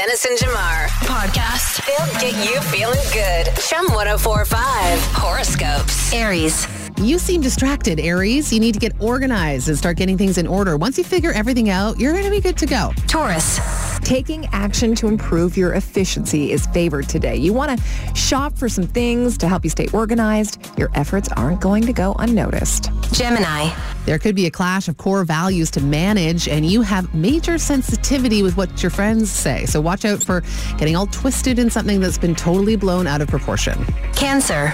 Ennis and Jamar podcast. They'll get you feeling good. Chum 1045 horoscopes. Aries. You seem distracted, Aries. You need to get organized and start getting things in order. Once you figure everything out, you're going to be good to go. Taurus. Taking action to improve your efficiency is favored today. You want to shop for some things to help you stay organized. Your efforts aren't going to go unnoticed. Gemini. There could be a clash of core values to manage, and you have major sensitivity with what your friends say. So watch out for getting all twisted in something that's been totally blown out of proportion. Cancer.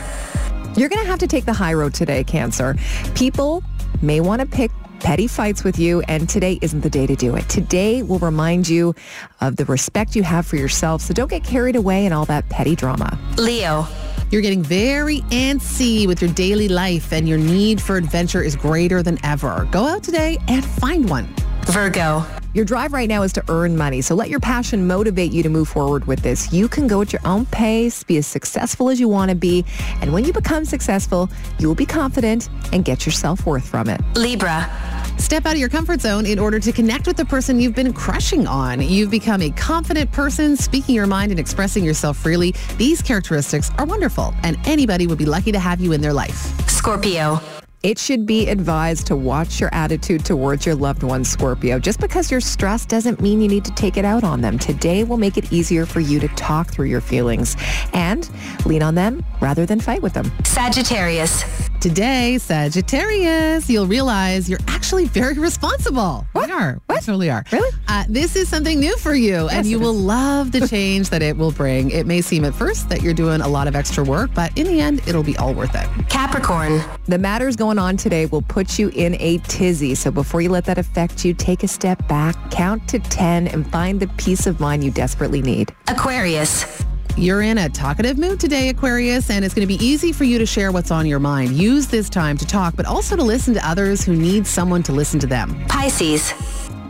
You're going to have to take the high road today, Cancer. People may want to pick petty fights with you, and today isn't the day to do it. Today will remind you of the respect you have for yourself, so don't get carried away in all that petty drama. Leo. You're getting very antsy with your daily life, and your need for adventure is greater than ever. Go out today and find one. Virgo. Your drive right now is to earn money, so let your passion motivate you to move forward with this. You can go at your own pace, be as successful as you want to be, and when you become successful, you will be confident and get your self-worth from it. Libra. Step out of your comfort zone in order to connect with the person you've been crushing on. You've become a confident person, speaking your mind and expressing yourself freely. These characteristics are wonderful, and anybody would be lucky to have you in their life. Scorpio. It should be advised to watch your attitude towards your loved one, Scorpio. Just because you're stressed doesn't mean you need to take it out on them. Today will make it easier for you to talk through your feelings and lean on them rather than fight with them. Sagittarius. Today, Sagittarius, you'll realize you're actually very responsible. We are. We totally are. Really? Uh, this is something new for you, and you it will love the change that it will bring. It may seem at first that you're doing a lot of extra work, but in the end, it'll be all worth it. Capricorn. The matters going on today will put you in a tizzy. So before you let that affect you, take a step back, count to 10, and find the peace of mind you desperately need. Aquarius. You're in a talkative mood today, Aquarius, and it's going to be easy for you to share what's on your mind. Use this time to talk, but also to listen to others who need someone to listen to them. Pisces.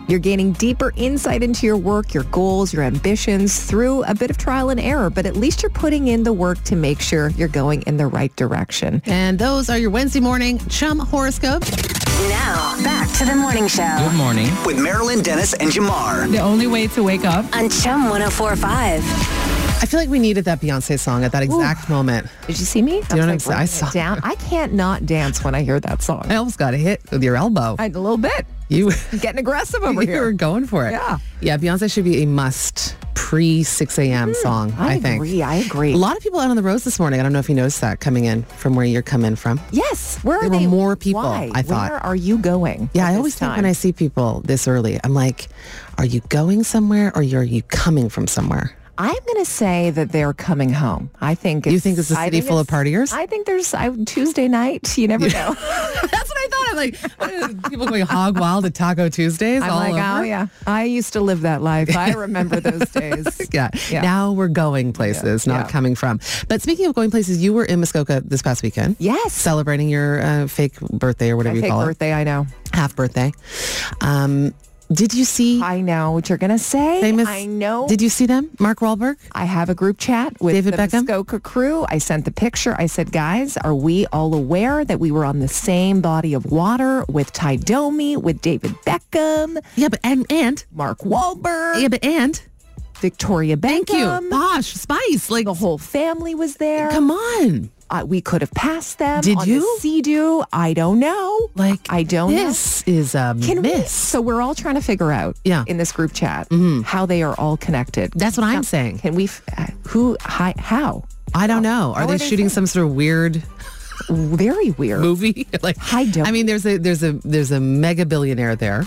You're gaining deeper insight into your work, your goals, your ambitions through a bit of trial and error, but at least you're putting in the work to make sure you're going in the right direction. And those are your Wednesday morning chum horoscopes. Now, back to the morning show Good morning. with Marilyn Dennis and Jamar. The only way to wake up on Chum 1045. I feel like we needed that Beyonce song at that exact moment. Did you see me? I know was what I'm like, saying? I writing it down. I can't not dance when I hear that I song. almost got a hit with your elbow. I, a little bit. you. Getting aggressive over you were here. going for it. Yeah. Yeah, Beyonce should be a must pre 6 a.m. song, Hmm, I, think. agree. I agree. A lot of people out on the roads this morning. I don't know if you noticed that coming in from where you're coming from. Yes. Where are There were they? more people, Why? I thought. Where are you going? Yeah, at I this always think time? when I see people this early, I'm like, are you going somewhere or are you coming from somewhere? I'm going to say that they're coming home. I think it's, You think this is a I city full of it's- partiers? I think there's I, Tuesday night. You never know. That's what I thought. I'm like, people going hog wild at Taco Tuesdays I'm all like, over. oh yeah, I used to live that life. I remember those days. Yeah. Yeah. Now we're going places, not Yeah. coming from. But speaking of going places, you were in Muskoka this past weekend. Yes. Celebrating your uh, fake birthday or whatever you Fake call birthday, I know. it. Half birthday. Um, did you see I know what you're gonna say. famous? I know. Did you see them? Mark Wahlberg? I have a group chat with David the Beckham? Muskoka crew. I sent the picture. I said, guys, are we all aware that we were on the same body of water with Ty Domi, with David Beckham, Yeah, but and and Mark Wahlberg, yeah, but and Victoria Beckham? thank you, Bosh, Spice, like The whole family was there. Come on. Uh, we could have passed them. Did on you? See, do I don't know. Like I don't know. This is a Can we- miss. so we're all trying to figure out Yeah. Mm-hmm. in this group chat how they are all connected. That's what I'm saying. Can we, f- uh, who, hi, how? I don't know. Are How they are they shooting some sort of weird Very weird. movie? like I don't- I mean, there's a there's a there's a mega billionaire there,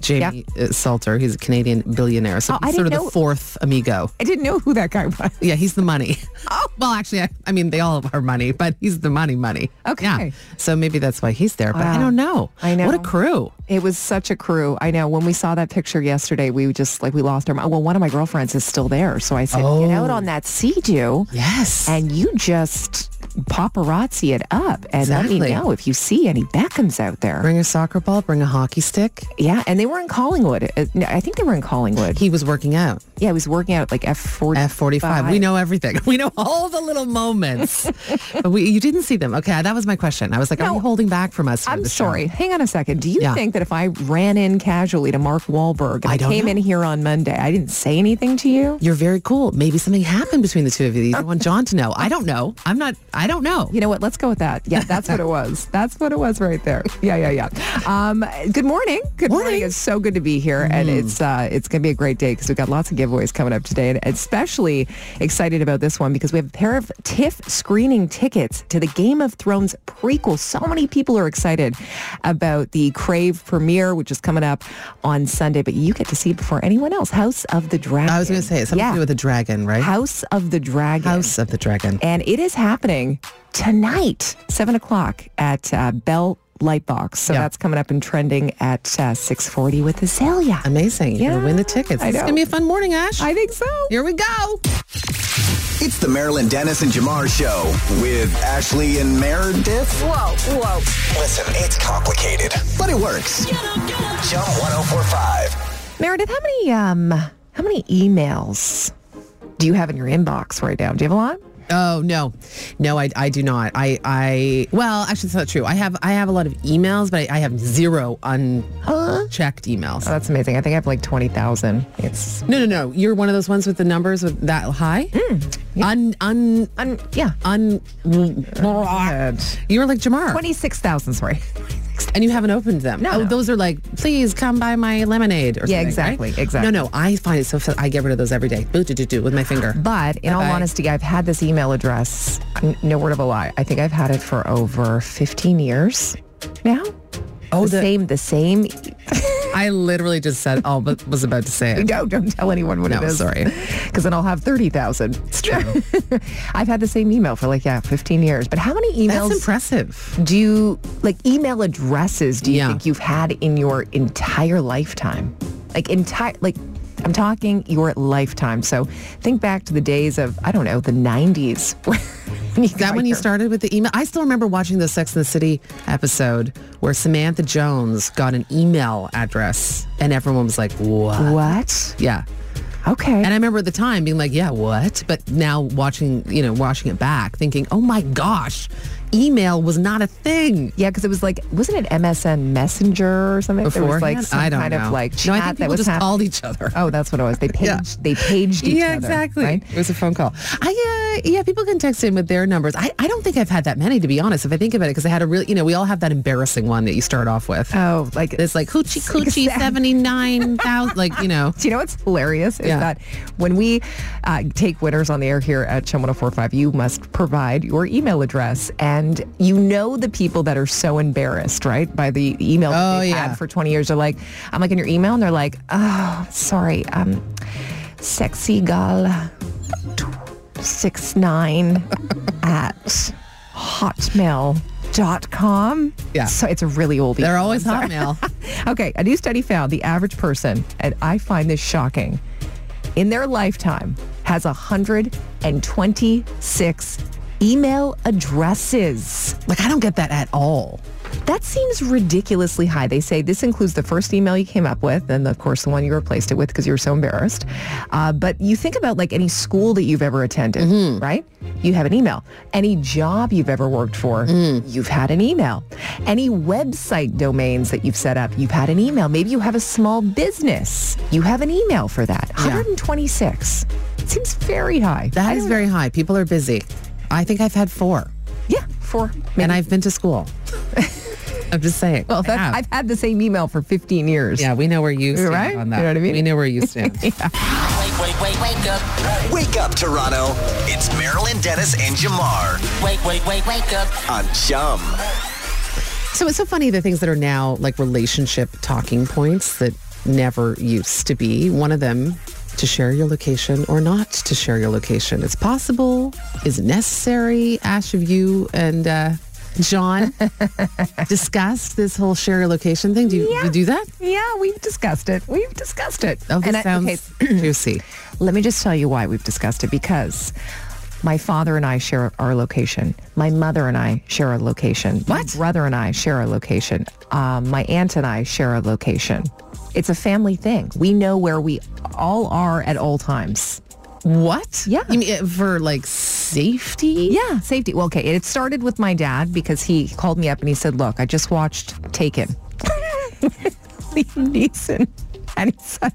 Jamie uh, Salter. He's a Canadian billionaire, so Oh, I he's sort of didn't the know- fourth amigo. I didn't know who that guy was. Yeah, he's the money. Oh, well, actually, I, I mean, they all are money, but he's the money, money. Okay. Yeah. So maybe that's why he's there. But I Wow. don't know. I know. What a crew. It was such a crew. I know. When we saw that picture yesterday, we just like we lost our mind. Well, one of my girlfriends is still there, so I said, "Get Oh. out on that sea dew, Yes. and you just paparazzi it up, and let Exactly. me know if you see any Beckhams out there." bring a soccer ball. Bring a hockey stick. Yeah, and they were in Collingwood. Uh, no, I think they were in Collingwood. He was working out. Yeah, he was working out at like F forty. F forty five. We know everything. We know all the little moments. but we, you didn't see them. Okay, that was my question. I was like, are No. you holding back from us? for I'm the show? sorry. Hang on a second. Do you Yeah. think that that if I ran in casually to Mark Wahlberg and I, I don't came know. in here on Monday, I didn't say anything to you? You're very cool. Maybe something happened between the two of you that you don't want John to know. I don't know. I'm not, I don't know. You know what? Let's go with that. Yeah, that's what it was. That's what it was right there. Yeah, yeah, yeah. Um, good morning. Good morning. Morning. Mm. It's so good to be here, and it's uh, it's going to be a great day because we've got lots of giveaways coming up today, and especially excited about this one because we have a pair of TIFF screening tickets to the Game of Thrones prequel. So many people are excited about the Crave premiere, which is coming up on Sunday, but you get to see it before anyone else. House of the Dragon. I was going to say, it's something yeah. to do with a dragon, right? House of the Dragon. House of the Dragon. And it is happening tonight, 7 o'clock at uh, Bell Lightbox. So Yeah. that's coming up and trending at uh, 640 with Azalea. Amazing. You're going to win the tickets. I It's know. going to be a fun morning, Ash. I think so. Here we go. It's the Marilyn Dennis and Jamar Show with Ashley and Meredith. Whoa, whoa. Listen, it's complicated, but it works. Jump 1045. Meredith, how many, um, how many emails do you have in your inbox right now? Do you have a lot? Oh no, no, I, I do not. I I well, actually, that's not true. I have I have a lot of emails, but I, I have zero unchecked emails. That's amazing. I think I have like 20,000. It's, No, no, no. You're one of those ones with the numbers with that high. Hmm. Un un um, yeah. un. You're like Jamar, 26,000, sorry. and you haven't opened them. No, oh, no. those are like, please come buy my lemonade or Yeah, something, exactly, right? exactly. No, no, I find it so. fa- I get rid of those every day. Boo, do, do, do, with my finger. But in all Bye-bye. honesty, I've had this email address, n- no word of a lie. I think I've had it for over 15 years now. Oh, the, the- same, the same. I literally just said, oh, but was about to say it. No, don't tell anyone what No, it is. sorry. Because then I'll have 30,000. It's true. I've had the same email for like, yeah, 15 years. But how many That's emails impressive. do you, like email addresses do you Yeah. think you've had in your entire lifetime? Like entire, like I'm talking your lifetime. So think back to the days of, I don't know, the 90s. when you Is that got when you your- started with the email? I still remember watching the Sex and the City episode where Samantha Jones got an email address and everyone was like, what? What? Yeah. Okay. And I remember at the time being like, yeah, what? But now watching, you know, watching it back thinking, oh my gosh, email was not a thing. yeah, because it was like, wasn't it MSN Messenger or something? There was like beforehand. some I don't kind know. of like no, I think chat that people was just hap- called each other. Oh, that's what it was. They paged. Yeah. They paged each yeah, other. exactly. right? It was a phone call. I, uh, yeah, people can text in with their numbers. I, I don't think I've had that many, to be honest, if I think about it, because I had a real, you know, we all have that embarrassing one that you start off with. Oh, like It's like hoochie coochie seventy nine thousand, like you know. Do you know what's hilarious is Yeah. that when we uh, take winners on the air here at Chum 1045, you must provide your email address. And you know the people that are so embarrassed, right, by the email that Oh, they've yeah. had for 20 years. They're like, I'm like in your email, and they're like, oh, sorry, um, sexy gal six nine at hotmail.com. Yeah. So it's a really old They're email. always I'm sorry. hotmail. Okay, a new study found the average person, and I find this shocking, in their lifetime has 126 email addresses. Like I don't get that at all. That seems ridiculously high. They say this includes the first email you came up with and, of course, the one you replaced it with because you were so embarrassed. Uh, but you think about like any school that you've ever attended, right? You have an email. Any job you've ever worked for, you've had an email. Any website domains that you've set up, you've had an email. Maybe you have a small business. You have an email for that. 126. It seems very high. I That is don't- very high. People are busy. I think I've had four, Yeah, four. and I've been to school. I'm just saying. Well, I that's, have. I've had the same email for 15 years. yeah, we know where you stand right? on that. You know what I mean? We know where you stand. Wake, wake, wake, wake up. Wake up, Toronto. It's Marilyn Dennis and Jamar Wake, wake, wake, wake up. on Chum. so it's so funny the things that are now like relationship talking points that never used to be. One of them to share your location or not to share your location. It's possible. Is it necessary? Ash, of you and uh, John discussed this whole share your location thing. Do you, you do that? Yeah, we've discussed it. We've discussed it. Oh, this I- sounds juicy. let me just tell you why we've discussed it because my father and I share our location. My mother and I share a location. What? My brother and I share a location. Um, my aunt and I share a location. It's a family thing. We know where we all are at all times. What? Yeah. You mean uh, for like safety? Yeah, safety. Well, okay. It started with my dad because he called me up and he said, "Look, I just watched Taken." Liam Neeson. And he said,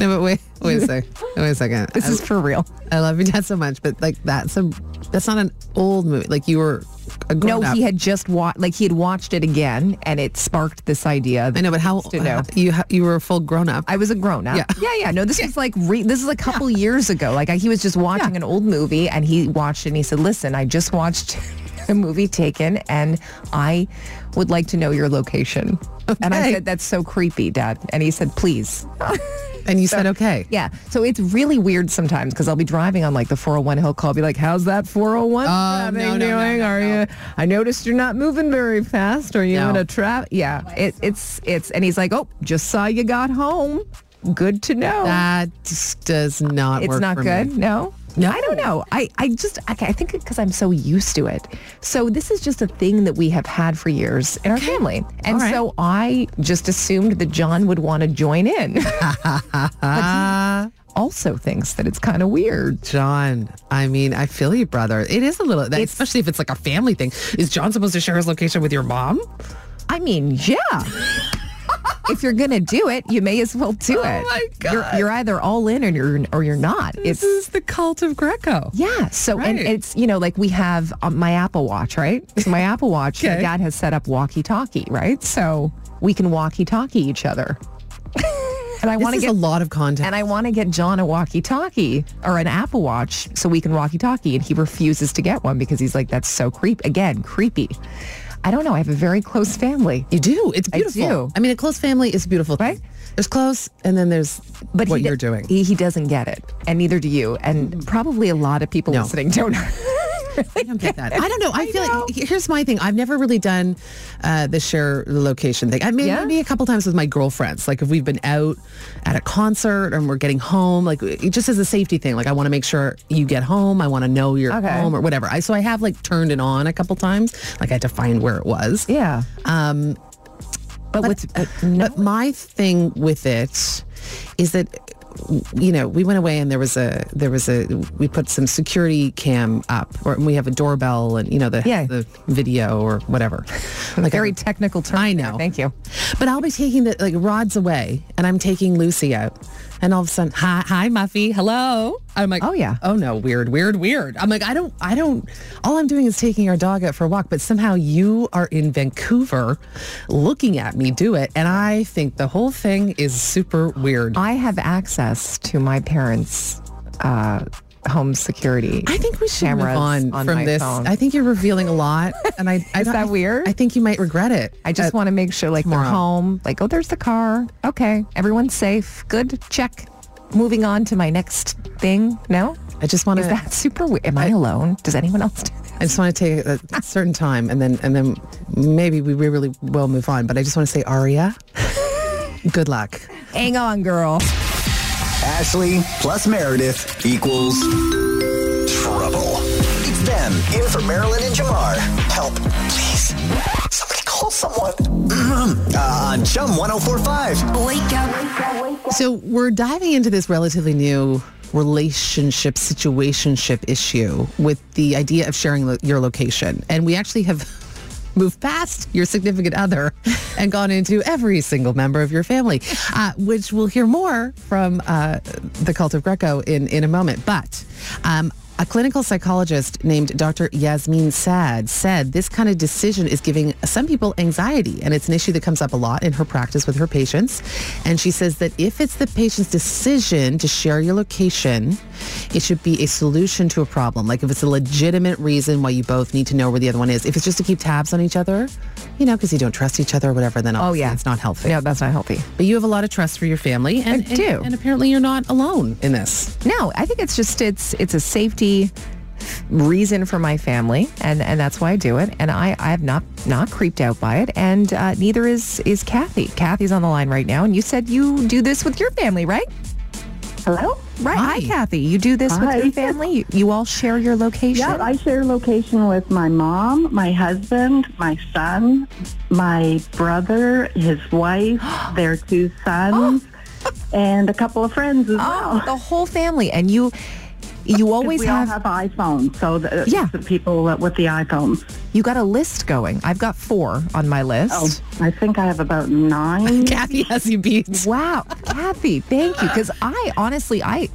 No, but wait, wait a sec. Wait a second. Mm-hmm. this I- is for real. I love your dad so much, but like that's a that's not an old movie. Like you were a grown No, up. he had just watched, like he had watched it again and it sparked this idea. I know, but how to know. you ha- you were a full grown up? I was a grown up. Yeah. yeah, yeah. No, this is like re- this is a couple years ago. Like I, he was just watching an old movie, and he watched it, and he said, "Listen, I just watched a movie Taken, and I would like to know your location." And I Okay. said, "That's so creepy, Dad." And he said, "Please." and you said okay. Yeah, so it's really weird sometimes because I'll be driving on like the 401 hill call, be like, "How's that 401 traffic Oh, no, no, no, doing? no, Are no. you? I noticed you're not moving very fast. Are you No. in a trap? Yeah, it, it's it's." And he's like, "Oh, just saw you got home. Good to know. That just does not it's work. not for good. Me. No, No. I don't know. I I just okay, I think because I'm so used to it. So this is just a thing that we have had for years in our family, and All right. so I just assumed that John would want to join in." also thinks that it's kind of weird. John, I mean, I feel you, brother. It is a little, that, especially if it's like a family thing. Is John supposed to share his location with your mom? I mean, yeah. if you're gonna do it, you may as well do it. Oh my You're, God. you're either all in or you're or you're not. This it's is the cult of Greco. yeah. So and Right. it's you know like we have um, my Apple Watch, right? So my Apple Watch, my Okay. dad has set up walkie-talkie, right? So we can walkie-talkie each other. and I This want to is get a lot of content. and I want to get John a walkie-talkie or an Apple Watch so we can walkie-talkie, and he refuses to get one because he's like, "That's so creep." Again, creepy. I don't know. I have a very close family, You do. It's beautiful. do. I mean, a close family is a beautiful, thing. Right? There's close, and then there's but what he do- you're doing. he, he doesn't get it, and neither do you, and probably a lot of people No. listening don't. I don't get that. I don't know. I, I feel know. like here's my thing. I've never really done uh, the share the location thing. I mean, Yeah. maybe a couple times with my girlfriends. Like if we've been out at a concert and we're getting home, like it just as a safety thing. Like I want to make sure you get home. I want to know you're Okay. home or whatever. I so I have like turned it on a couple times. Like I had to find where it was. yeah, Um, but but, with but no, but my thing with it is that you know we went away and there was a there was a we put some security cam up or we have a doorbell and you know the Yeah. the video or whatever like very I- technical term. I there. know. Thank you. But I'll be taking the like Rod's away and I'm taking Lucy out. And all of a sudden, hi, hi, Muffy, hello. I'm like, Oh, yeah. oh no, weird, weird, weird. I'm like, I don't, I don't. All I'm doing is taking our dog out for a walk. But somehow you are in Vancouver, looking at me do it, and I think the whole thing is super weird. I have access to my parents' uh, home security. I think we should move cameras on, on from my this. phone. I think you're revealing a lot, and I I Is don't- that I- weird? I think you might regret it. I just want to make sure like they're tomorrow. home. Like, oh, there's the car. Okay. Everyone's safe. Good. Check. Moving on to my next thing. No? I just want Is to. that super weird? Am I alone? Does anyone else do that? I just want to take a a certain time and then and then maybe we really will move on. But I just want to say, Aria, good luck. Hang on, girl. Ashley plus Meredith equals trouble. It's them in for Marilyn and Jamar. Help, please. Somebody call someone. uh, on Chum 1045. Wake up. So we're diving into this relatively new relationship situationship issue with the idea of sharing lo- your location, and we actually have moved past your significant other and gone into every single member of your family, uh, which we'll hear more from uh, the cult of Greco in in a moment. But um, a clinical psychologist named Dr. Yasmin Sad said this kind of decision is giving some people anxiety, and it's an issue that comes up a lot in her practice with her patients. And she says that if it's the patient's decision to share your location, it should be a solution to a problem. Like if it's a legitimate reason why you both need to know where the other one is. If it's just to keep tabs on each other, you know, because you don't trust each other or whatever, then obviously it's not healthy. No, that's not healthy. But you have a lot of trust for your family, and, I do. and and apparently you're not alone in this. No, I think it's just it's it's a safety reason for my family and and that's why I do it and I I have not not creeped out by it and uh, neither is is Kathy. Kathy's on the line right now and you said you do this with your family, right? Hello? Right. Hi, Hi. Kathy. You do this Hi. with your family? You, you all share your location? Yeah, I share location with my mom, my husband, my son, my brother, his wife, their two sons, and a couple of friends as oh, well. the whole family. And you you always we have, all have iPhones, so the, it's Yeah. the people with the iPhones. you got a list going. I've got four on my list. Oh, I think I have about nine. Kathy has you Oh. beat. Wow, Kathy, thank you. Because I honestly, I,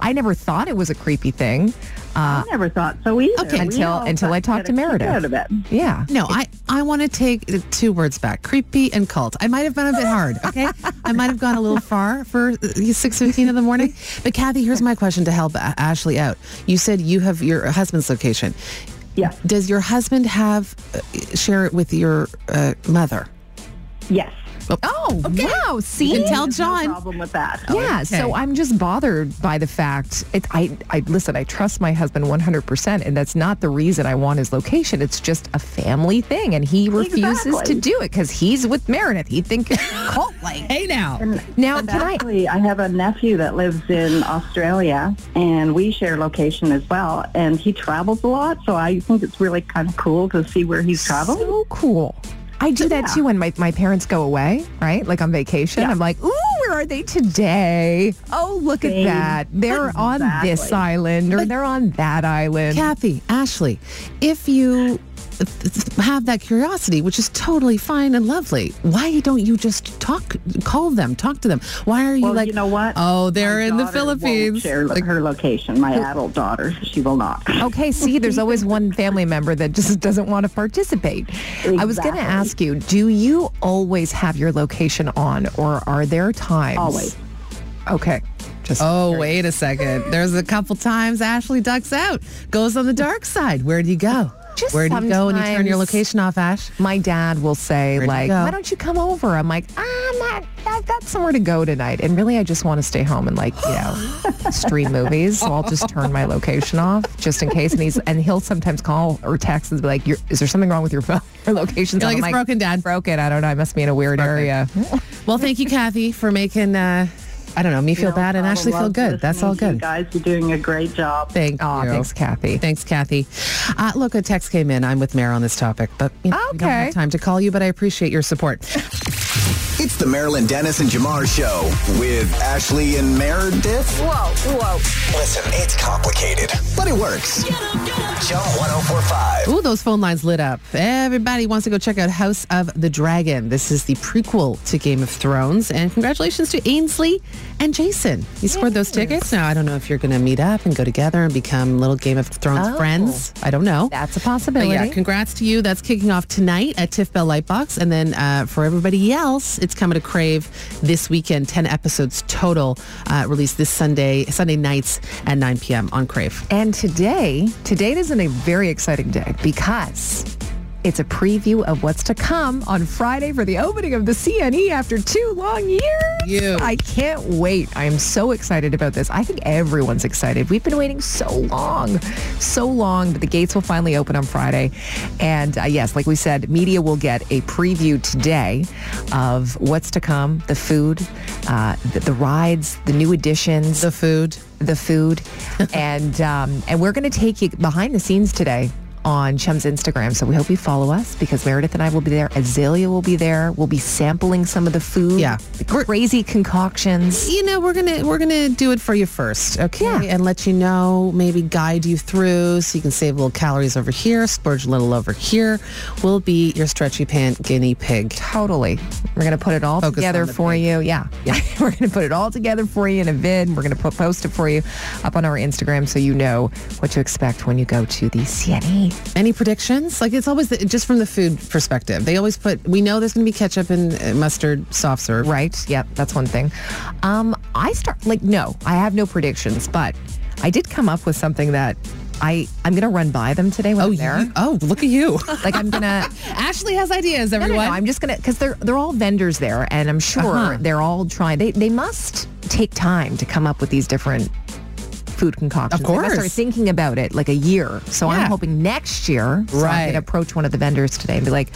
I never thought it was a creepy thing. Uh, I never thought so either. Okay. We Until- all until I got- talked get to a kick Meredith. Out of it. yeah, No, I, I want to take the two words back, creepy and cult. I might have been a bit hard, okay? I might have gone a little far for 6.15 in the morning. But Kathy, here's my question to help A- Ashley out. You said you have your husband's location. Yes. Does your husband have, uh, share it with your uh, mother? Yes. Oh, wow. See? You can tell There's no John. problem with that. Yeah, so I'm just bothered by the fact. It, I, I listen. I trust my husband 100, percent and that's not the reason I want his location. It's just a family thing, and he refuses Exactly. to do it because he's with Meredith. He think it's cult like. Hey now, now can I? Actually, I have a nephew that lives in Australia, and we share location as well. And he travels a lot, so I think it's really kind of cool to see where he's traveling. So cool. I do that too when my, my parents go away, right? Like on vacation. I'm like, ooh, where are they today? Oh, look Same. at that. They're on this Exactly. island or they're on that island. Kathy, Ashley, if you have that curiosity, which is totally fine and lovely, why don't you just talk, call them, talk to them? Why are you Well, like, you know what? Oh, they're My in the daughter won't Philippines. share Like, her location. My adult daughter, she will not. Okay, see, there's always one family member that just doesn't want to participate. I was going to Exactly. ask you, do you always have your location on or are there times? Always. Okay. Just Oh, wait a second. There's a couple times Ashley ducks out, goes on the dark side. Where do you go? Just Where do you go when you turn your sometimes- location off, Ash? my dad will say Where'd you like, go? why don't you come over? I'm like, I'm not, I've got somewhere to go tonight. And really, I just want to stay home and like, you know, stream movies. So I'll just turn my location off just in case. And he's, and he'll sometimes call or text and be like, You're, is there something wrong with your phone? Your location's You're on." like, I'm "It's broken, Dad." Broken. I don't know. I must be in a weird area. Well, thank you, Kathy, for making, uh, I don't know, me feel bad and I'll Ashley feel love good. That's listening all to you good. guys, you're doing a great job. Thank Aw, you. thanks, Kathy. Thanks, Kathy. Uh, look, a text came in. I'm with Mare on this topic, but you know, we don't Okay. have time to call you, but I appreciate your support. It's the Marilyn Dennis and Jamar Show with Ashley and Meredith. Whoa, whoa. Listen, it's complicated, but it works. Jump 1045. Ooh, those phone lines lit up. Everybody wants to go check out House of the Dragon. This is the prequel to Game of Thrones. And congratulations to Ainsley and Jason. You scored those tickets. Now, I don't know if you're going to meet up and go together and become little Game of Thrones Oh. friends. I don't know. That's a But possibility. yeah, congrats to you. That's kicking off tonight at Tiff Bell Lightbox. And then uh, for everybody else, it's coming to Crave this weekend. 10 episodes total uh, released this Sunday, Sunday nights at 9 p.m. on Crave. And today, today is a very exciting day because it's a preview of what's to come on Friday for the opening of the CNE after two long years. You. I can't wait. I am so excited about this. I think everyone's excited. We've been waiting so long, so long, but the gates will finally open on Friday. And uh, yes, like we said, media will get a preview today of what's to come, the food, uh, the, the rides, the new additions The food. the food, and um, and we're going to take you behind the scenes today on Chum's Instagram. So we hope you follow us because Meredith and I will be there. Azalea will be there. We'll be sampling some of the food. Yeah. the crazy concoctions. you know we're gonna we're gonna do it for you first okay Yeah. and let you know maybe guide you through so you can save little calories over here splurge a little over here will be your stretchy pant guinea pig Totally. We're going to put it all Focus together on the for you. Yeah. yeah. We're going to put it all together for you in a vid. We're going to put, post it for you up on our Instagram so you know what to expect when you go to the E. CNE. any predictions like it's always the, just from the food perspective they always put we know there's gonna be ketchup and uh, mustard soft serve Right. Yep. That's one thing. Um, I start like no, I have no predictions, but I did come up with something that I I'm gonna run by them today when oh I'm there. you- oh look at you Like I'm gonna. ashley has ideas No, no, everyone no, I'm just gonna because they're they're all vendors there, and I'm sure Uh-huh. they're all trying. They they must take time to come up with these different food concoctions. Of They must start course. thinking about it like a year. So Yeah. I'm hoping next year, so I Right. can approach one of the vendors today and be like,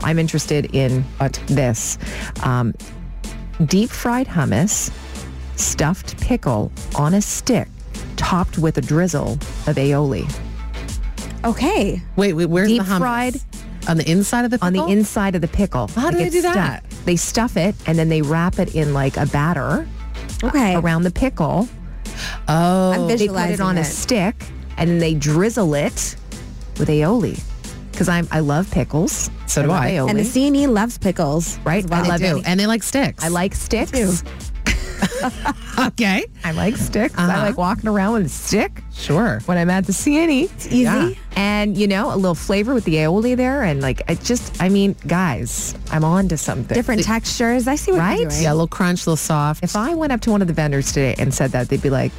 I'm interested in this um, deep fried hummus, stuffed pickle on a stick, topped with a drizzle of aioli Okay. wait, wait where's Deep the hummus? fried. on the inside of the on the pickle? inside of the pickle. How do Like they it's do that? stuffed. They stuff it and then they wrap it in like a batter Okay. around the pickle. Oh, I'm they put it visualizing on a it. stick and then they drizzle it with aioli. Because I'm I love pickles. So do love I. Aioli, And the CNE loves pickles. right? I love do. it. And they like sticks. I like sticks. Okay. I like sticks. I like walking around with a stick Sure. when I'm at the CNE. It's easy. And you know, a little flavor with the aioli there and like it just I mean, guys, I'm on to something. Different textures. I see what Right? you're doing. Yeah, a little crunch, a little soft. If I went up to one of the vendors today and said that, they'd be like,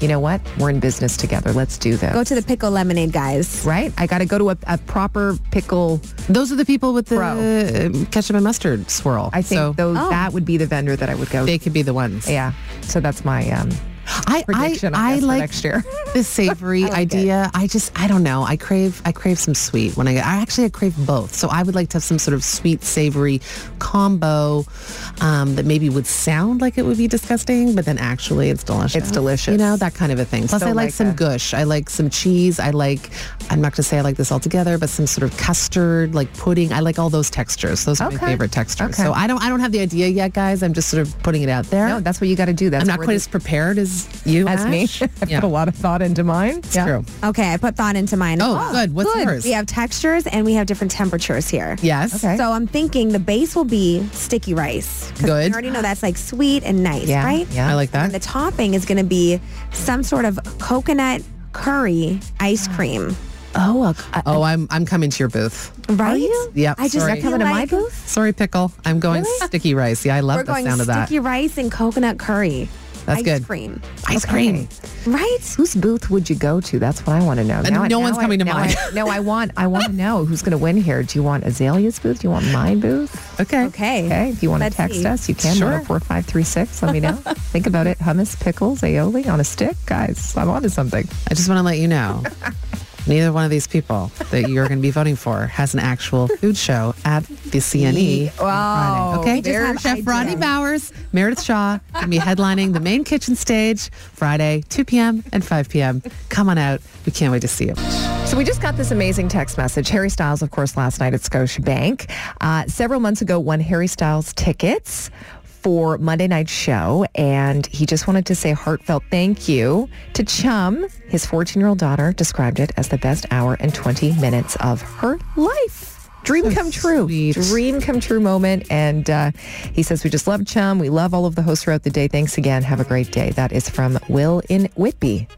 you know what? We're in business together. Let's do this. Go to the pickle lemonade, guys. right? I got to go to a, a proper pickle. Those are the people with the Bro. uh, ketchup and mustard swirl. I think so those, Oh. that would be the vendor that I would go they could be the ones. to. Yeah. So that's my um, I, I, prediction, I, I guess, for like next year. the savory idea. I just, I don't know. I crave, I crave some sweet when I, I actually I crave both. So I would like to have some sort of sweet savory combo um, that maybe would sound like it would be disgusting, but then actually it's delicious. It's delicious. You know, that kind of a thing. Plus So I like, like some a- gush. I like some cheese. I like, I'm not going to say I like this altogether, but some sort of custard, like pudding. I like all those textures. Those are Okay. my favorite textures. Okay. So I don't, I don't have the idea yet, guys. I'm just sort of putting it out there. no, that's what you got to do. That's I'm not where quite the- as prepared as you. as me. Ash. I yeah. put a lot of thought into mine. It's true. Okay, I put thought into mine. as Oh, well. good. What's yours? We have textures and we have different temperatures here. Yes. Okay. So I'm thinking the base will be sticky rice. 'Cause Good. We already know that's like sweet and nice, Yeah, right? yeah. I like And the that. topping is going to be some sort of coconut curry ice cream, Oh, a, Oh, I'm I'm coming to your booth. right? you? Yep, I just sorry. feel Coming to my like booth? Sorry, pickle. I'm going sticky rice. Yeah, I love We're the going sound of that. sticky rice and coconut curry. That's ice good. cream, Ice cream. right? whose booth would you go to? That's what I want to know. And I- no one's I- coming to now mine. I- no, I want I want to know who's going to win here. Do you want Azalea's booth? Do you want my booth? Okay. Okay. Okay. If you want to Let's text see. us, you can. oh Sure. Four five three six. Let me know. Think about it. Hummus, pickles, aioli on a stick, guys. I'm onto something. I just want to let you know. Neither one of these people that you're going to be voting for has an actual food show at the CNE. Wow. on Friday. Okay, there's Chef ideas. Ronnie Bowers, Meredith Shaw, going to be headlining the main kitchen stage Friday, 2 p.m. and 5 p.m. Come on out. We can't wait to see you. So we just got this amazing text message. Harry Styles, of course, last night at Scotiabank. Uh, several months ago, won Harry Styles tickets for Monday Night Show, and he just wanted to say a heartfelt thank you to Chum. His 14-year-old daughter described it as the best hour and 20 minutes of her life. Dream come true. sweet. Dream come true moment. And uh, he says, we just love Chum. We love all of the hosts throughout the day. Thanks again. Have a great day. That is from Will in Whitby.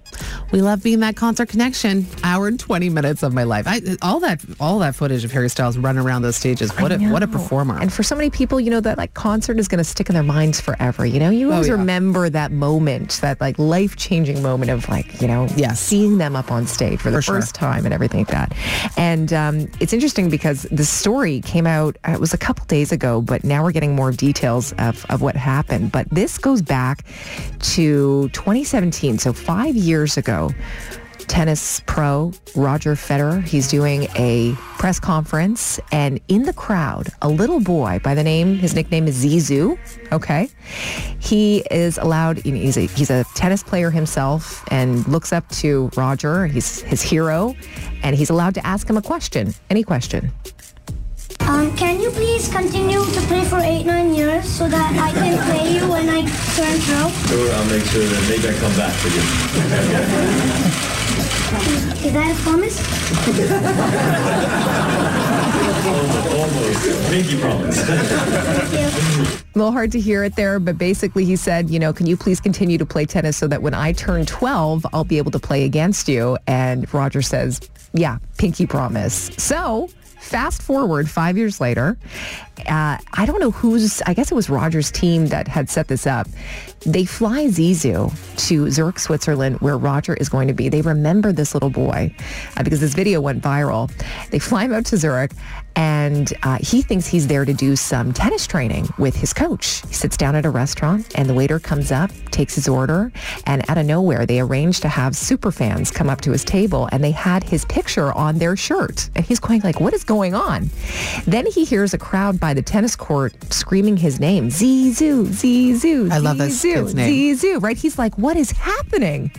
We love being that concert connection. Hour and twenty minutes of my life. I, all that all that footage of Harry Styles running around those stages. What a what a performer. And for so many people, you know, that like concert is going to stick in their minds forever. You know, you always Oh, yeah. remember that moment, that like life changing moment of like, you know, Yes. seeing them up on stage for the For sure. first time and everything like that. And um, it's interesting because the story came out, uh, it was a couple days ago, but now we're getting more details of, of what happened. But this goes back to 2017, so five years ago tennis pro Roger Federer. He's doing a press conference, and in the crowd, a little boy by the name, his nickname is Zizou. Okay, he is allowed. you know, He's a he's a tennis player himself, and looks up to Roger. He's his hero, and he's allowed to ask him a question, any question. Um, can you please continue to play for eight, nine years so that I can play you when I turn pro? Sure, I'll make sure that maybe I come back for you. Is that a promise? Almost. Make you promise. A little hard to hear it there, but basically he said, you know, can you please continue to play tennis so that when I turn 12, I'll be able to play against you? And Roger says, yeah, pinky promise. So fast forward five years later, uh, I don't know who's, I guess it was Roger's team that had set this up. They fly Zizou to Zurich, Switzerland, where Roger is going to be. They remember this little boy uh, because this video went viral. They fly him out to Zurich and uh, he thinks he's there to do some tennis training with his coach. He sits down at a restaurant and the waiter comes up, takes his order, and out of nowhere they arrange to have super fans come up to his table and they had his picture on their shirt. And he's going like, what is going on? Then he hears a crowd by the tennis court screaming his name, Zizou, Zizou, I love this Zizou, kid's name. Zizou, right? He's like, what is happening?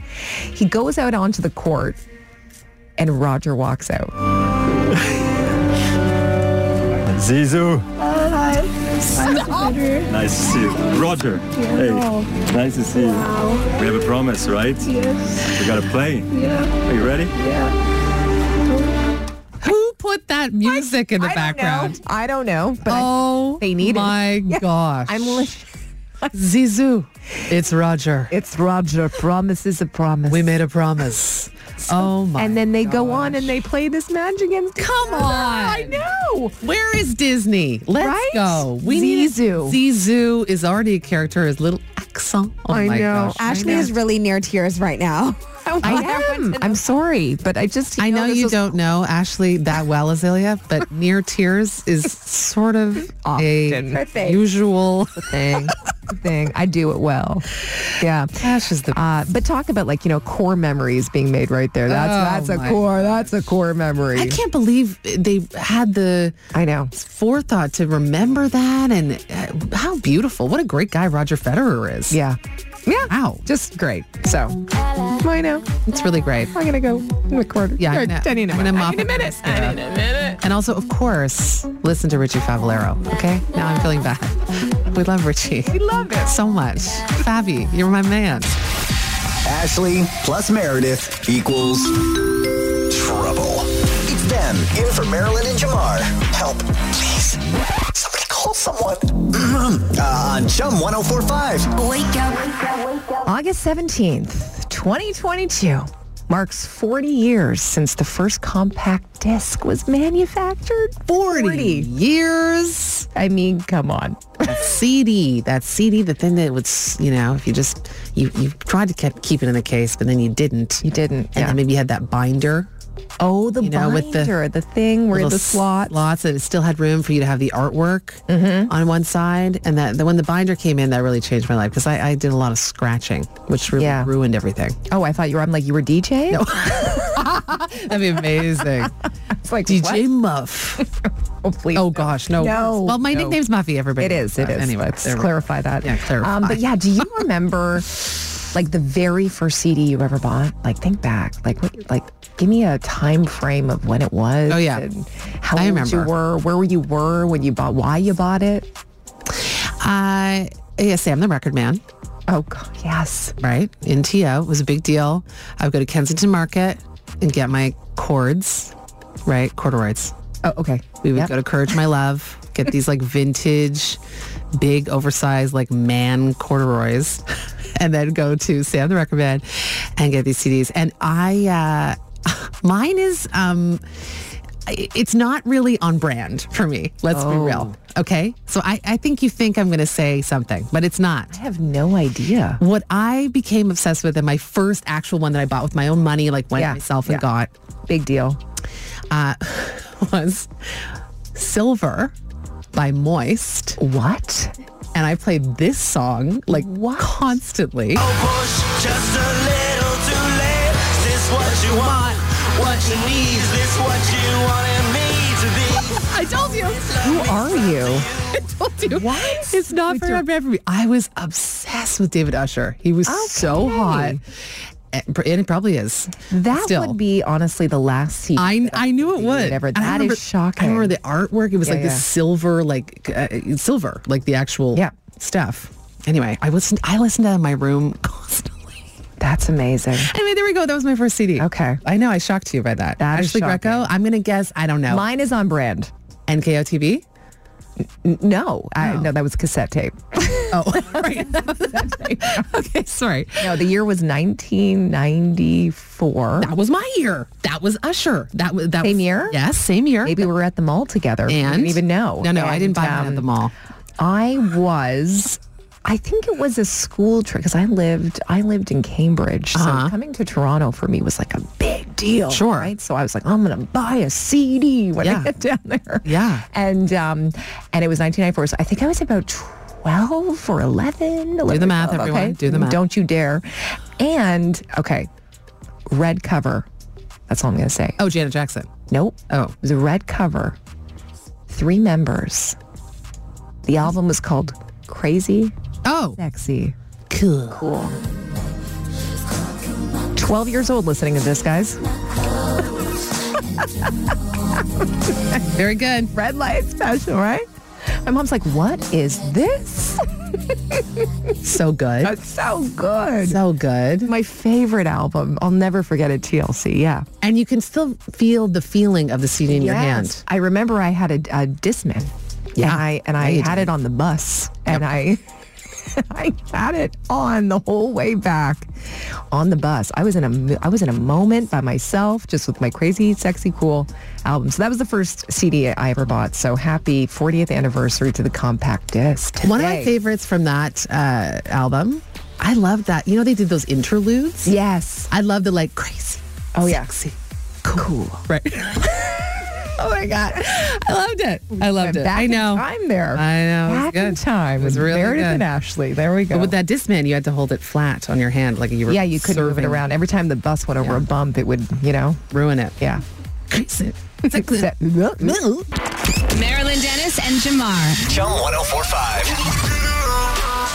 He goes out onto the court and Roger walks out. Zizou. I'm a Twitter. Nice to see you. Roger. Hey. Nice to see you. We have a promise, right? Yes. We gotta play. Yeah. Are you ready? Yeah. Who put that music in the background? I don't know, but I- Oh, They need it. my gosh. I'm li- Zizou. It's Roger. It's Roger. Promise is a promise. We made a promise. Oh my. and then they go on and they play this match against. Come on. I know. Where is Disney? Let's Right? go. We need Zizou. Zizou is already a character. His little accent. Oh I my know. gosh. Ashley is really near tears right now. I am. I'm sorry, but I just. I know this you was- don't know Ashley that well, Azalea, but near tears is sort of Often. a Her thing. usual thing. thing. I do it well. Yeah. Ash is the Uh, but talk about like you know core memories being made right there. That's Oh, that's my a core. That's a core memory. I can't believe they had the I know. forethought to remember that and uh, how beautiful. What a great guy Roger Federer is. Yeah. Yeah. Wow. Just great. So I know. It's really great. I'm gonna go record. Yeah, Or I know. I need a I'm gonna minute. mop I need a up minute. this, I uh, need a minute. And also, of course, listen to Richie Favolero, okay? Now I'm feeling bad. We love Richie. We love it. So much. Fabi, you're my man. Ashley plus Meredith equals trouble. It's them in for Marilyn and Jamar. Help, please. Somebody call someone. uh, on Chum 1045. Wake up. August 17th, 2022 marks 40 years since the first compact disc was manufactured. 40. Years. I mean, come on. That CD. That CD, the thing that was, you know, if you just, you, you tried to kept, keep it in the case, but then you didn't. You didn't. And then maybe you had that binder. oh, the you know, binder, with the the thing where little the slot. Slots that it still had room for you to have the artwork Mm-hmm. on one side. And that, the, when the binder came in, that really changed my life because I, I did a lot of scratching, which really Yeah. ruined everything. Oh, I thought you were. I'm like, you were DJ. No, That'd be amazing. it's like DJ Muff. What? Oh, please. Oh gosh, no. No. Well, my No. nickname's Muffy. Everybody. It is. knows It that. is. Anyway, Let's there we- clarify that. Yeah, clarify. Um, but yeah, do you remember like the very first CD you ever bought? Like, think back. Like, what, like, give me a time frame of when it was. Oh, yeah. and how I old you remember. were, where you were when you bought, why you bought it. I Uh, yeah, Sam the Record Man, Oh God, yes. right? In TO was a big deal. I would go to Kensington Market and get my cords, right? Corduroys. Oh, okay. We would Yep. go to Courage My Love, get these like vintage, big, oversized, like man corduroys, and then go to Sam the Record Man and get these CDs. And I, uh, mine is, um, i- it's not really on brand for me. Let's be real. Oh. Okay. So I, I think you think I'm going to say something, but it's not. I have no idea. What I became obsessed with and my first actual one that I bought with my own money, like went Yeah, myself and yeah. got Big deal. uh, was Silver by Moist. What? And I played this song like constantly. Oh. Just a little too late. Is this what you want? What you need? Is this what you wanted me to be? I told you. Who are you? I told you. What? It's not With very your- bad for me. I was obsessed with David Usher. He was so Okay. hot. And pr- and he probably is. That Still. would be honestly the last CD. I, I knew it would. Whatever. And I That is remember- shocking. I remember the artwork. It was Yeah, like yeah. this silver, like uh, silver, like the actual Yeah. stuff. Anyway, I listened. I listened to that in my room constantly. That's amazing. Anyway, there we go. That was my first CD. Okay. I know. I shocked you by that. That is Ashley Greco. I'm going to guess. I don't know. Mine is on brand. NKOTB? N- no, I, No. no, that was cassette tape. Oh, right. okay, sorry. No, the year was 1994. That was my year. That was Usher. That was that Same was- year? Yes, same year. Maybe we were at the mall together. We And didn't even know. No, no, I didn't buy And, mine at the um, mall. I was. I think it was a school trip because I lived I lived in Cambridge, so coming to Toronto for me was like a big deal. Uh-huh. Sure. right? So I was like, I'm gonna buy a CD when Yeah. I get down there. Yeah. and um, and it was 1994. So I think I was about 12 or 11. Do the math, everyone. Do the math. Don't you dare. And okay, red cover. That's all I'm gonna say. Oh, Janet Jackson. Nope. Oh. It was a red cover. Three members. The album was called Crazy Oh, Sexy. cool. 12 years old listening to this, guys. Very good. Red light special, right? My mom's like, what is this? so good. That's so good. So good. My favorite album. I'll never forget it, TLC. Yeah. And you can still feel the feeling of the CD in your Yes. hand. I remember I had a, a Discman. Yeah. And I, and I Yeah, you had it on the bus and I I had it on the whole way back on the bus. I was in a mo- I was in a moment by myself just with my crazy sexy cool album. So that was the first CD I ever bought. So happy 40th anniversary to the compact disc. One of my today. favorites from that uh, album. I love that. You know, they did those interludes. Yes. I love the like crazy. Oh yeah. Sexy. Cool. Right. Oh my god. I loved it. I loved it. Back I know. In time there. I know. It was Back in good. time. It was really Meredith good. and Ashley. There we go. But with that Discman, you had to hold it flat on your hand like you were yeah, you couldn't serving. move it around. Every time the bus went over a bump, it would, you know, Ruin it. yeah. Crazy. That- Marilyn Dennis and Jamar. Chum 1045.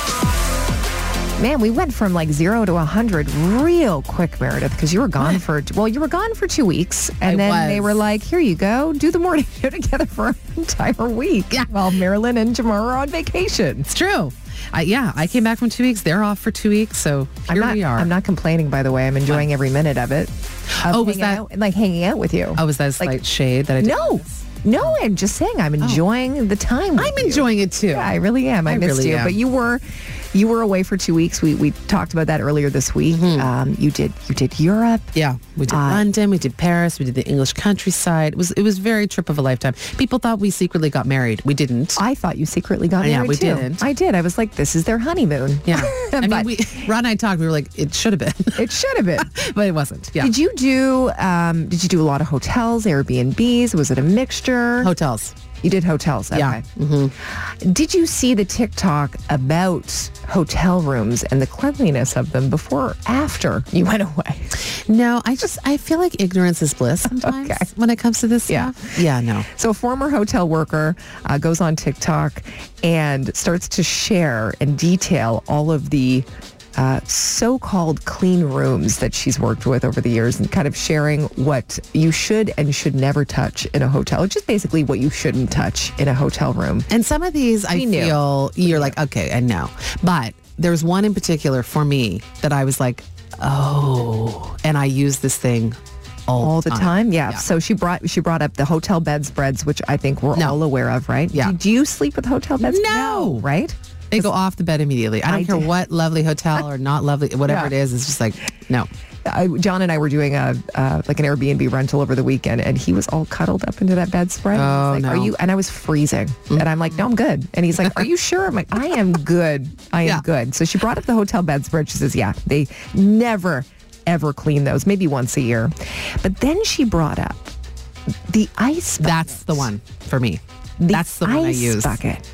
Man, we went from like zero to 100 real quick, Meredith, because you were gone for, well, you were gone for two weeks. And I then was. they were like, here you go, do the morning show together for an entire week Yeah. while Marilyn and Jamar are on vacation. It's true. I, yeah, I came back from two weeks. They're off for two weeks. So I'm here not, we are. I'm not complaining, by the way. I'm enjoying every minute of it. of Oh, was hanging that- out- like hanging out with you? oh, was that a slight like- shade that I did? Oh. no, no. I'm just saying, I'm enjoying the time. with I'm you. enjoying it too. Yeah, I really am. I, I missed really you, am. but you were you were away for two weeks. We we talked about that earlier this week. Um, you did you did Europe. Mm-hmm. Yeah, we did Uh, London, we did Paris, we did the English countryside. It was it was very trip of a lifetime. People thought we secretly got married. We didn't. I thought you secretly got Yeah, married we too. didn't. I did. I was like, this is their honeymoon. yeah, I mean, But- we, Ron and I talked. We were like, it should have been, It should have been. but it wasn't. Yeah, Did you do? Um, did you do a lot of hotels, Airbnbs? Was it a mixture? hotels? You did hotels. Okay. Yeah. Did you see the TikTok about hotel rooms and the cleanliness of them before or after you went away? No, I just I feel like ignorance is bliss sometimes Okay. when it comes to this Yeah. stuff. Yeah, no. So a former hotel worker uh, goes on TikTok and starts to share and detail all of the uh, so-called clean rooms that she's worked with over the years and kind of sharing what you should and should never touch in a hotel. Just basically what you shouldn't touch in a hotel room. And some of these I We knew. feel you're like, okay, I know. But there's one in particular for me that I was like, oh, and I use this thing all, all the time. Yeah. Yeah. So she brought she brought up the hotel bed spreads, which I think we're No. all aware of, right? Yeah. Do, do you sleep with hotel beds? No. right? They go off the bed immediately. I don't I care did. what lovely hotel or not lovely, whatever Yeah. it is. It's just like, no. I, John and I were doing a uh, like an Airbnb rental over the weekend, and he was all cuddled up into that bedspread. and Oh, he's like, no. Are you? And I was freezing, and I'm like, No, I'm good. And he's like, Are you sure? I'm like, I am good. I am Yeah. good. So she brought up the hotel bedspread. She says, Yeah, they never ever clean those, maybe once a year. But then she brought up the ice. Bucket. That's the one for me. The That's the one I ice use. Bucket.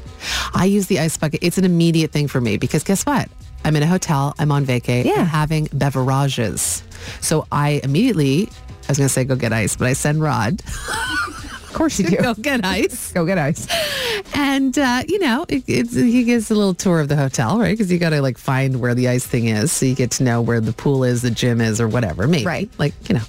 I use the ice bucket. It's an immediate thing for me because guess what? I'm in a hotel. I'm on vacay. Yeah. I'm having beverages. So I immediately, I was going to say go get ice, but I send Rod Of course you to do. go get ice. Go get ice. And, uh, you know, it, it's, he gives a little tour of the hotel, right? Because you got to like find where the ice thing is. So you get to know where the pool is, the gym is, or whatever. Maybe. Right. Like, you know.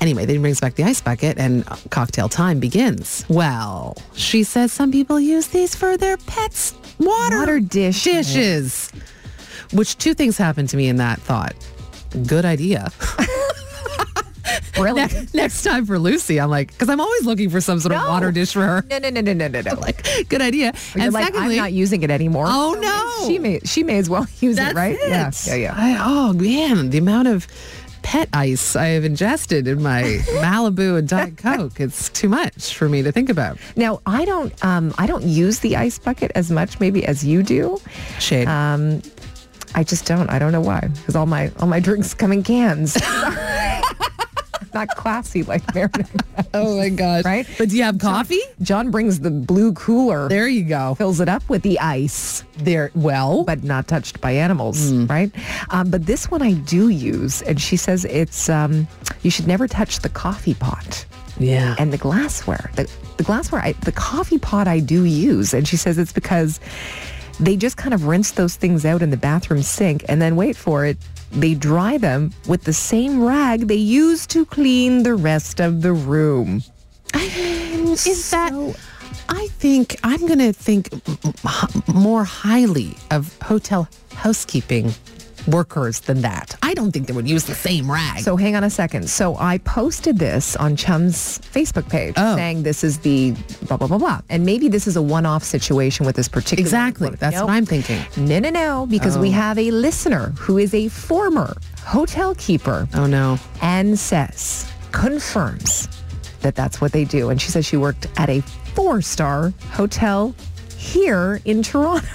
Anyway, then he brings back the ice bucket and cocktail time begins. Well, she says some people use these for their pets' water, Water dish. dishes. Which two things happened to me in that thought. Good idea. Really? Next time for Lucy, I'm like, because I'm always looking for some sort of No. water dish for her. No, no, no, no, no, no, no. Like, Good idea. and like, I'm not using it anymore. Oh, So no. She may she may as well use that's it, right? it. Yeah, yeah, yeah. I, oh man, the amount of pet ice I have ingested in my Malibu and Diet Coke, it's too much for me to think about. Now I don't um I don't use the ice bucket as much maybe as you do. Shade. Um, I just don't. I don't know why. Because all my all my drinks come in cans. Not classy like Meredith. oh my gosh. Right? But do you have coffee? John brings the blue cooler. There you go. fills it up with the ice. There, well, but not touched by animals, Hmm. right? Um, but this one I do use, and she says it's um, you should never touch the coffee pot Yeah. and the glassware. The, the glassware, I, the coffee pot, I do use, and she says it's because they just kind of rinse those things out in the bathroom sink, and then wait for it. They dry them with the same rag they use to clean the rest of the room. is that I think I'm going to think m- m- h- more highly of hotel housekeeping workers than that. I don't think they would use the same rag. So hang on a second. So I posted this on Chum's Facebook page Oh. saying this is the blah, blah, blah, blah. And maybe this is a one-off situation with this particular. Exactly. That's what I'm thinking. No, no, no. Because we Oh. have a listener who is a former hotel keeper. Oh, no. And says, confirms that that's what they do. And she says she worked at a four-star hotel here in Toronto.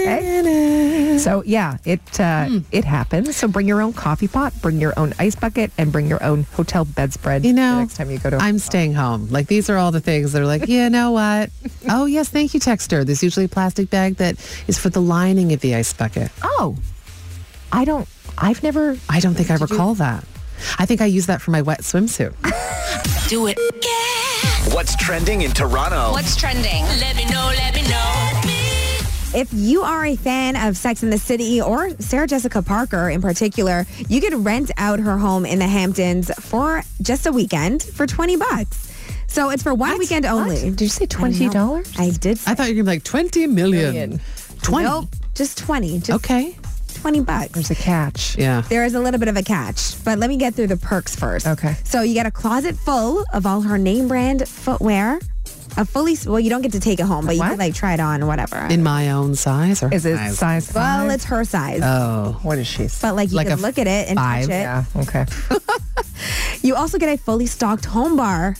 Okay. So yeah, it uh, it happens. So bring your own coffee pot, bring your own ice bucket, and bring your own hotel bedspread. You know, the next time you go to, I'm staying home. Like these are all the things that are like, you know what? Oh yes, thank you, Texter. There's usually a plastic bag that is for the lining of the ice bucket. oh, I don't, I've never, I don't think I recall that. I think I used that for my wet swimsuit. Do it. What's trending in Toronto? What's trending? Let me know, let me know. If you are a fan of Sex in the City or Sarah Jessica Parker in particular, you could rent out her home in the Hamptons for just a weekend for 20 bucks. So it's for one weekend only. Did you say twenty dollars? I did. I thought you were gonna be like 20 million. Million. 20. Nope, just 20. Just Okay. 20 bucks. There's a catch. Yeah. There is a little bit of a catch, but let me get through the perks first. Okay. So you get a closet full of all her name brand footwear. A fully, well, you don't get to take it home, but you What? can like try it on, whatever. In my own size or Is it size? size? well, five? it's her size, Oh. what is she? Five. but like you like can a look at it and touch it. Yeah. Okay. You also get a fully stocked home bar.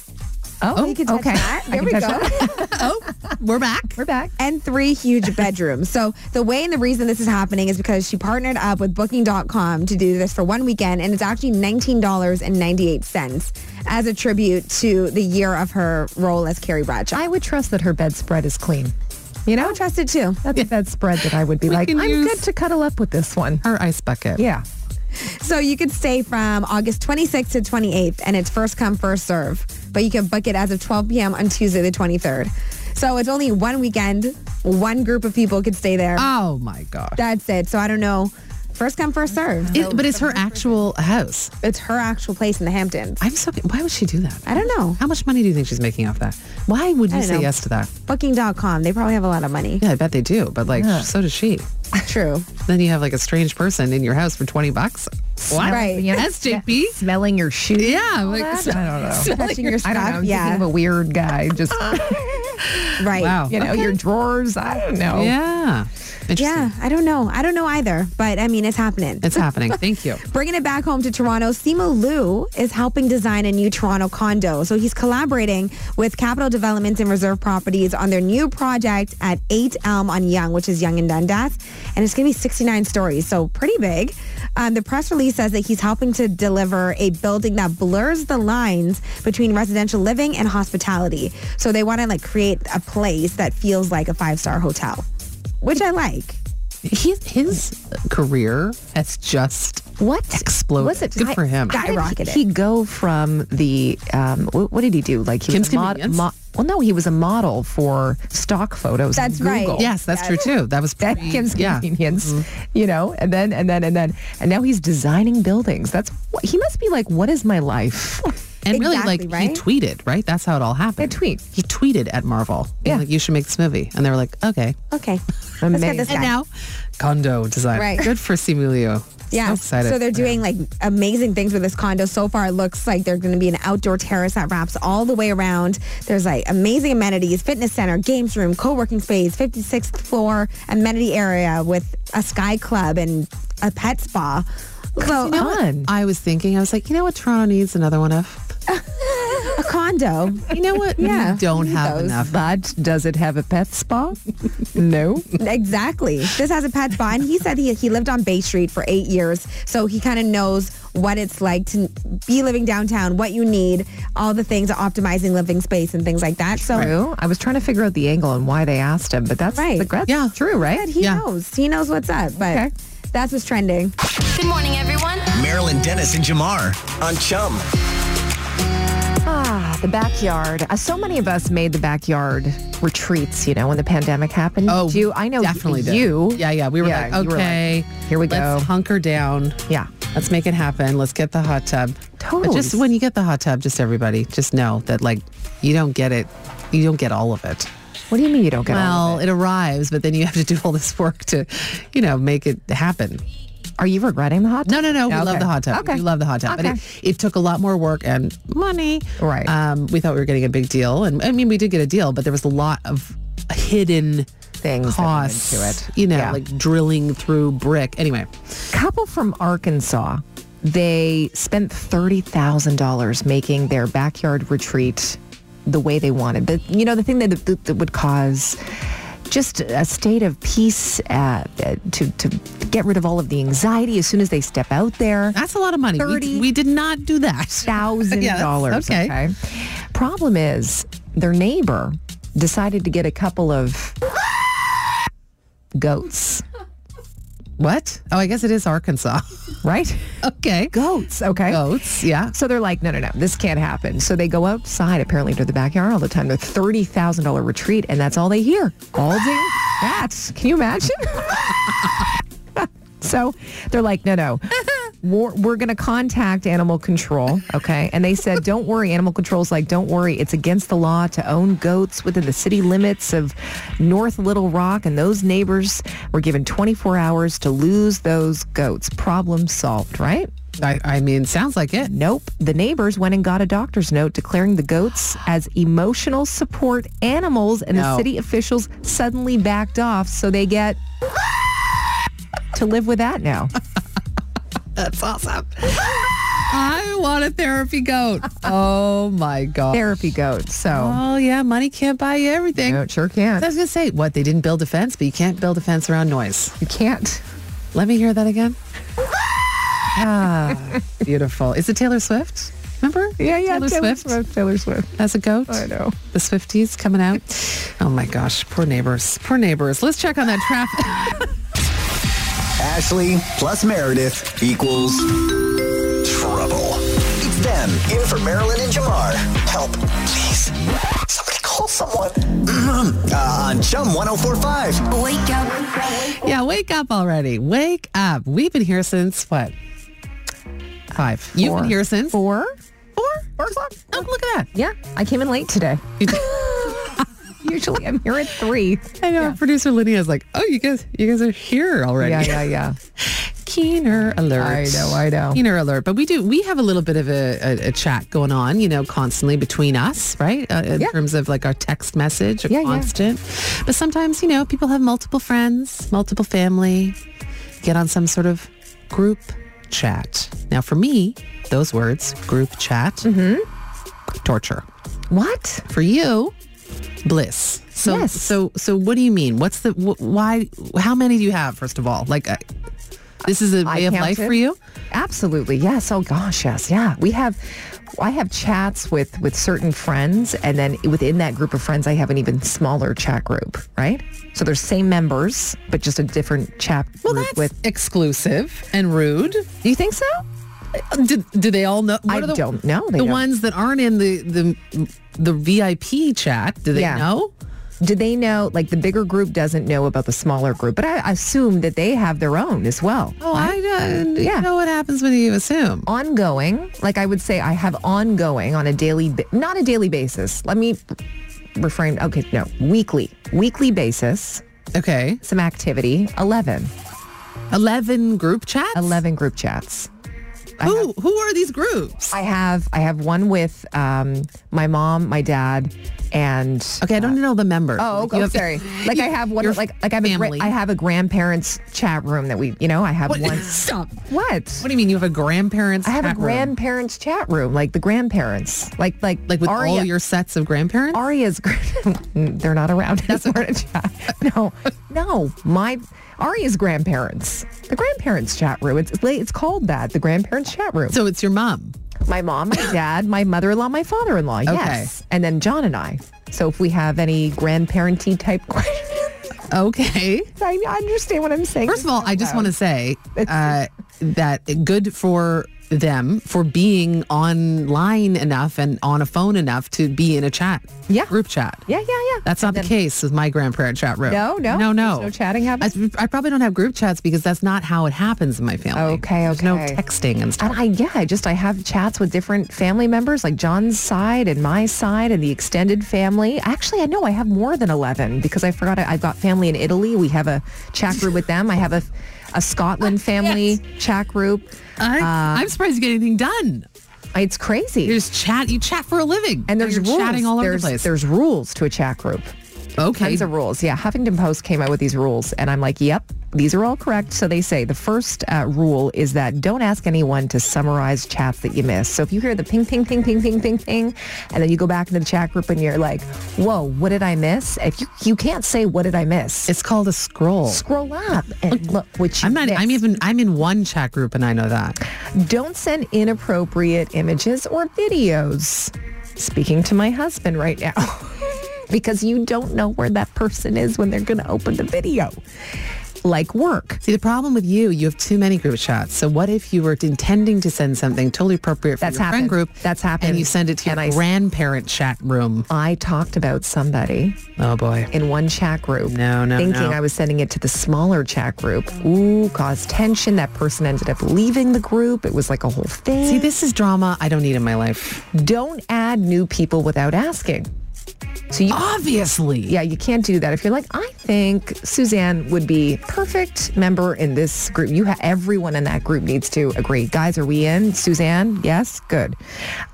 Oh, you can touch okay. that. I There can we touch go. that. Oh, we're back. We're back. and three huge bedrooms. So the way and the reason this is happening is because she partnered up with booking.com to do this for one weekend and it's actually $19.98 as a tribute to the year of her role as Carrie Bradshaw. I would trust that her bedspread is clean. You know, I trust it too. that's a bedspread that I would be like, can I'm use- good to cuddle up with this one. Her ice bucket. Yeah. So you could stay from August 26th to 28th, and it's first come, first serve. But you can book it as of 12 p.m. on Tuesday the 23rd. So it's only one weekend. One group of people could stay there. Um, Oh my god. That's it. So I don't know. First come, first serve. It- but it's her actual house. It's her actual place in the Hamptons. I'm so why would she do that? I don't know. How much money do you think she's making off that? Why would I you don't say know. yes to that? Booking.com. They probably have a lot of money. Yeah, I bet they do. But like, so does she. True. Then you have like a strange person in your house for 20 bucks. What? Oh, Right. You know, SJP? Smelling your shoes. Yeah. Like, I don't know. Touching your I don't know. stuff. I'm thinking Yeah. of a weird guy. Just Right. Wow. you know, your drawers. I don't know. Yeah. Interesting. Yeah. I don't know. I don't know either. But I mean, it's happening. It's happening. Thank you. Bringing it back home to Toronto, Simo Liu is helping design a new Toronto condo. So he's collaborating with Capital Developments and Reserve Properties on their new project at 8 Elm on Young, which is Young and Dundas. And it's going to be 69 stories, so pretty big. Um, the press release says that he's helping to deliver a building that blurs the lines between residential living and hospitality. So they want to like create a place that feels like a five-star hotel, which I like. His, his career has just What Exploded. Was it Good for him. How did Skyrocketed. He go from the um, wh- what did he do? Like he Kim's was a mod- Convenience? mo- Well, no, he was a model for stock photos. on That's right. Google. yes, that's true too. That was That pretty- Kim's yeah. Convenience, you know, and then and then and then and now he's designing buildings. That's what, he must be like. What is my life? And really, Exactly, like right? he tweeted, right? That's how it all happened. A tweet. He tweeted at Marvel. He was Yeah. like you should make this movie, and they were like, okay. Okay. Let's get Amazing. this And guy. now, condo design. Right. Good for Simulio. Yeah. So excited. they're doing like amazing things with this condo. So far, it looks like there's going to be an outdoor terrace that wraps all the way around. There's like amazing amenities, fitness center, games room, co-working space, 56th floor amenity area with a sky club and a pet spa. So uh, know what? Fun. I was thinking, I was like, you know what Toronto needs another one of? a condo. You know what? Yeah. We don't have Those. enough. But does it have a pet spa? no. exactly. This has a pet spa. And he said he, he lived on Bay Street for eight years. So he kind of knows what it's like to be living downtown, what you need, all the things, optimizing living space and things like that. So True. I was trying to figure out the angle and why they asked him, but that's Right. the that's Yeah. true, But right? he Yeah. knows. He knows what's up. But Okay. that's what's trending. Good morning, everyone. Marilyn Dennis and Jamar on Chum. Ah, the backyard. Uh, so many of us made the backyard retreats, you know, when the pandemic happened. Oh, Did you, I know definitely did. you. Yeah, yeah. We were Yeah, like, you were like, okay, here we let's go. hunker down. Yeah. Let's make it happen. Let's get the hot tub. But just Totally. when you get the hot tub, just everybody, just know that like you don't get it. You don't get all of it. What do you mean you don't get all Well, of it? it arrives, but then you have to do all this work to, you know, make it happen. Are you regretting the hot No, no, no. We Yeah, love okay. the hot tub. Okay. We love the hot tub. But Okay. it, it took a lot more work and money. Right. Um, we thought we were getting a big deal. And I mean, we did get a deal, but there was a lot of hidden Things that went costs into it. You know, Yeah. like drilling through brick. Anyway, couple from Arkansas. They spent $30,000 making their backyard retreat the way they wanted. The, you know, the thing that, that, that would cause just a state of peace uh, to, to get rid of all of the anxiety as soon as they step out there. that's a lot of money. We- 30 We, did not do that. thousand Yeah, dollars. that's- okay. Problem is, their neighbor decided to get a couple of goats, What? Oh, I guess it is Arkansas. right? okay. Goats. Okay. Goats. Yeah. So they're like, no, no, no, this can't happen. So they go outside apparently to the backyard all the time. Their thirty thousand dollar retreat, and that's all they hear all day. That's can you imagine? so they're like, no, no, we're, we're going to contact animal control, okay? And they said, don't worry. Animal control's like, don't worry. It's against the law to own goats within the city limits of North Little Rock, and those neighbors were given twenty four hours to lose those goats. Problem solved, right? I, I mean, sounds like it. Nope. The neighbors went and got a doctor's note declaring the goats as emotional support animals, and the No. city officials suddenly backed off. So they get to live with that now. That's awesome. I want a therapy goat. Oh my God. Therapy goats. So Oh yeah, money can't buy you everything. no, it sure can't. I was gonna say what they didn't build a fence, but you can't build a fence around noise. You can't. Let me hear that again. ah, beautiful. Is it Taylor Swift? Remember? Taylor, Swift. Taylor Swift. as a goat. I know. The Swifties coming out. Oh my gosh, poor neighbors. Poor neighbors. Let's check on that traffic. Ashley plus Meredith equals trouble. It's them in for Marilyn and Jamar. Help, please. Somebody call someone. uh, on Chum 1045. Wake up. yeah, wake up already. Wake up. We've been here since what? Five. You've been Four. here since Four. four. Four o'clock. Oh, look at that. Yeah, I came in late today. You did- Usually I'm here at three. I know. Our producer Lydia is like, oh, you guys, you guys are here already. Yeah, yeah, yeah. Keener alert. I know, I know. Keener alert. But we do, we have a little bit of a, a, a chat going on, you know, constantly between us, right? Uh, in Yeah. terms of like our text message, a Yeah, yeah. constant. But sometimes, you know, people have multiple friends, multiple family, get on some sort of group chat. Now, for me, those words, group chat, Mm-hmm. torture. What? For you, bliss. So, Yes. so, so, what do you mean? What's the wh- why? How many do you have? First of all, like, uh, this is a I way of counted. life for you. Absolutely, yes. Oh gosh, yes, yeah. We have, I have chats with with certain friends, and then within that group of friends, I have an even smaller chat group, right? So they're same members, but just a different chat Well, group that's with. exclusive and rude. Do you think so? Do, do they all know? I are the, don't know. They the don't. ones that aren't in the the the VIP chat. Do they Yeah. know? Do they know? Like the bigger group doesn't know about the smaller group, but I assume that they have their own as well. Oh, I, uh, Yeah. you know what happens when you assume. ongoing like i would say i have ongoing on a daily ba- not a daily basis let me refrain okay no weekly weekly basis Okay, some activity 11 eleven group chats. 11 group chats Who who are these groups? i have i have one with um, my mom my dad and okay, I don't know the member. Oh, Like, okay. you I'm have- sorry. Like I have one. Your Like like I have a gra- family. I have a grandparents chat room that we. You know, I have What- one. Stop. What What? do you mean? You have a grandparents? I have a chat room? grandparents chat room. Like the grandparents. Like like Like with Aria, all your sets of grandparents? Aria's, gr- they're not around anymore to chat. No, no, my Aria's grandparents, the grandparents chat room. It's it's la- it's called that, the grandparents chat room. so it's your mom. my mom, my dad, my mother-in-law, my father-in-law. Yes, and then John and I. So if we have any grandparenting type questions, Okay. I I understand what I'm saying. First of all, I just want to say uh, that good for them for being online enough and on a phone enough to be in a chat. Yeah. Group chat. Yeah, yeah, yeah. That's not the case with my grandparent chat room. No, no, No, no. there's no chatting happening? I, I probably don't have group chats because that's not how it happens in my family. Okay, There's no okay. texting and stuff. And I, yeah, I just, I have chats with different family members, like John's side and my side and the extended family. Actually, I know I have more than 11 because I forgot I, I've got family in Italy. We have a chat group with them. I have a, a Scotland Oh, family chat group. I, uh, I'm surprised you get anything done. It's crazy. You just chat. You chat for a living, and there's oh, you're rules. chatting all over there's, the place. There's rules to a chat group. okay, Tons of rules. Yeah, Huffington Post came out with these rules, and I'm like, yep, these are all correct. So they say the first uh, rule is that don't ask anyone to summarize chats that you missed. So if you hear the ping, ping, ping, ping, ping, ping, ping, and then you go back into the chat group and you're like, whoa, what did I miss? If you you can't say what did I miss, it's called a scroll. scroll up and look what you I'm not. missed. I'm even. I'm in one chat group, and I know that. Don't send inappropriate images or videos. Speaking to my husband right now. because you don't know where that person is when they're going to open the video. Like work. See, the problem with you, you have too many group chats. So what if you were intending to send something totally appropriate for That's your happened. friend group? That's happened. And you send it to your And I- grandparent chat room. I talked about somebody Oh boy. in one chat group. No, no, Thinking no. I was sending it to the smaller chat group. Ooh, caused tension. That person ended up leaving the group. It was like a whole thing. See, this is drama I don't need in my life. Don't add new people without asking. So you Obviously. yeah, you can't do that. If you're like, I think Suzanne would be perfect member in this group. You have everyone in that group needs to agree. Guys, are we in? Suzanne, yes, good.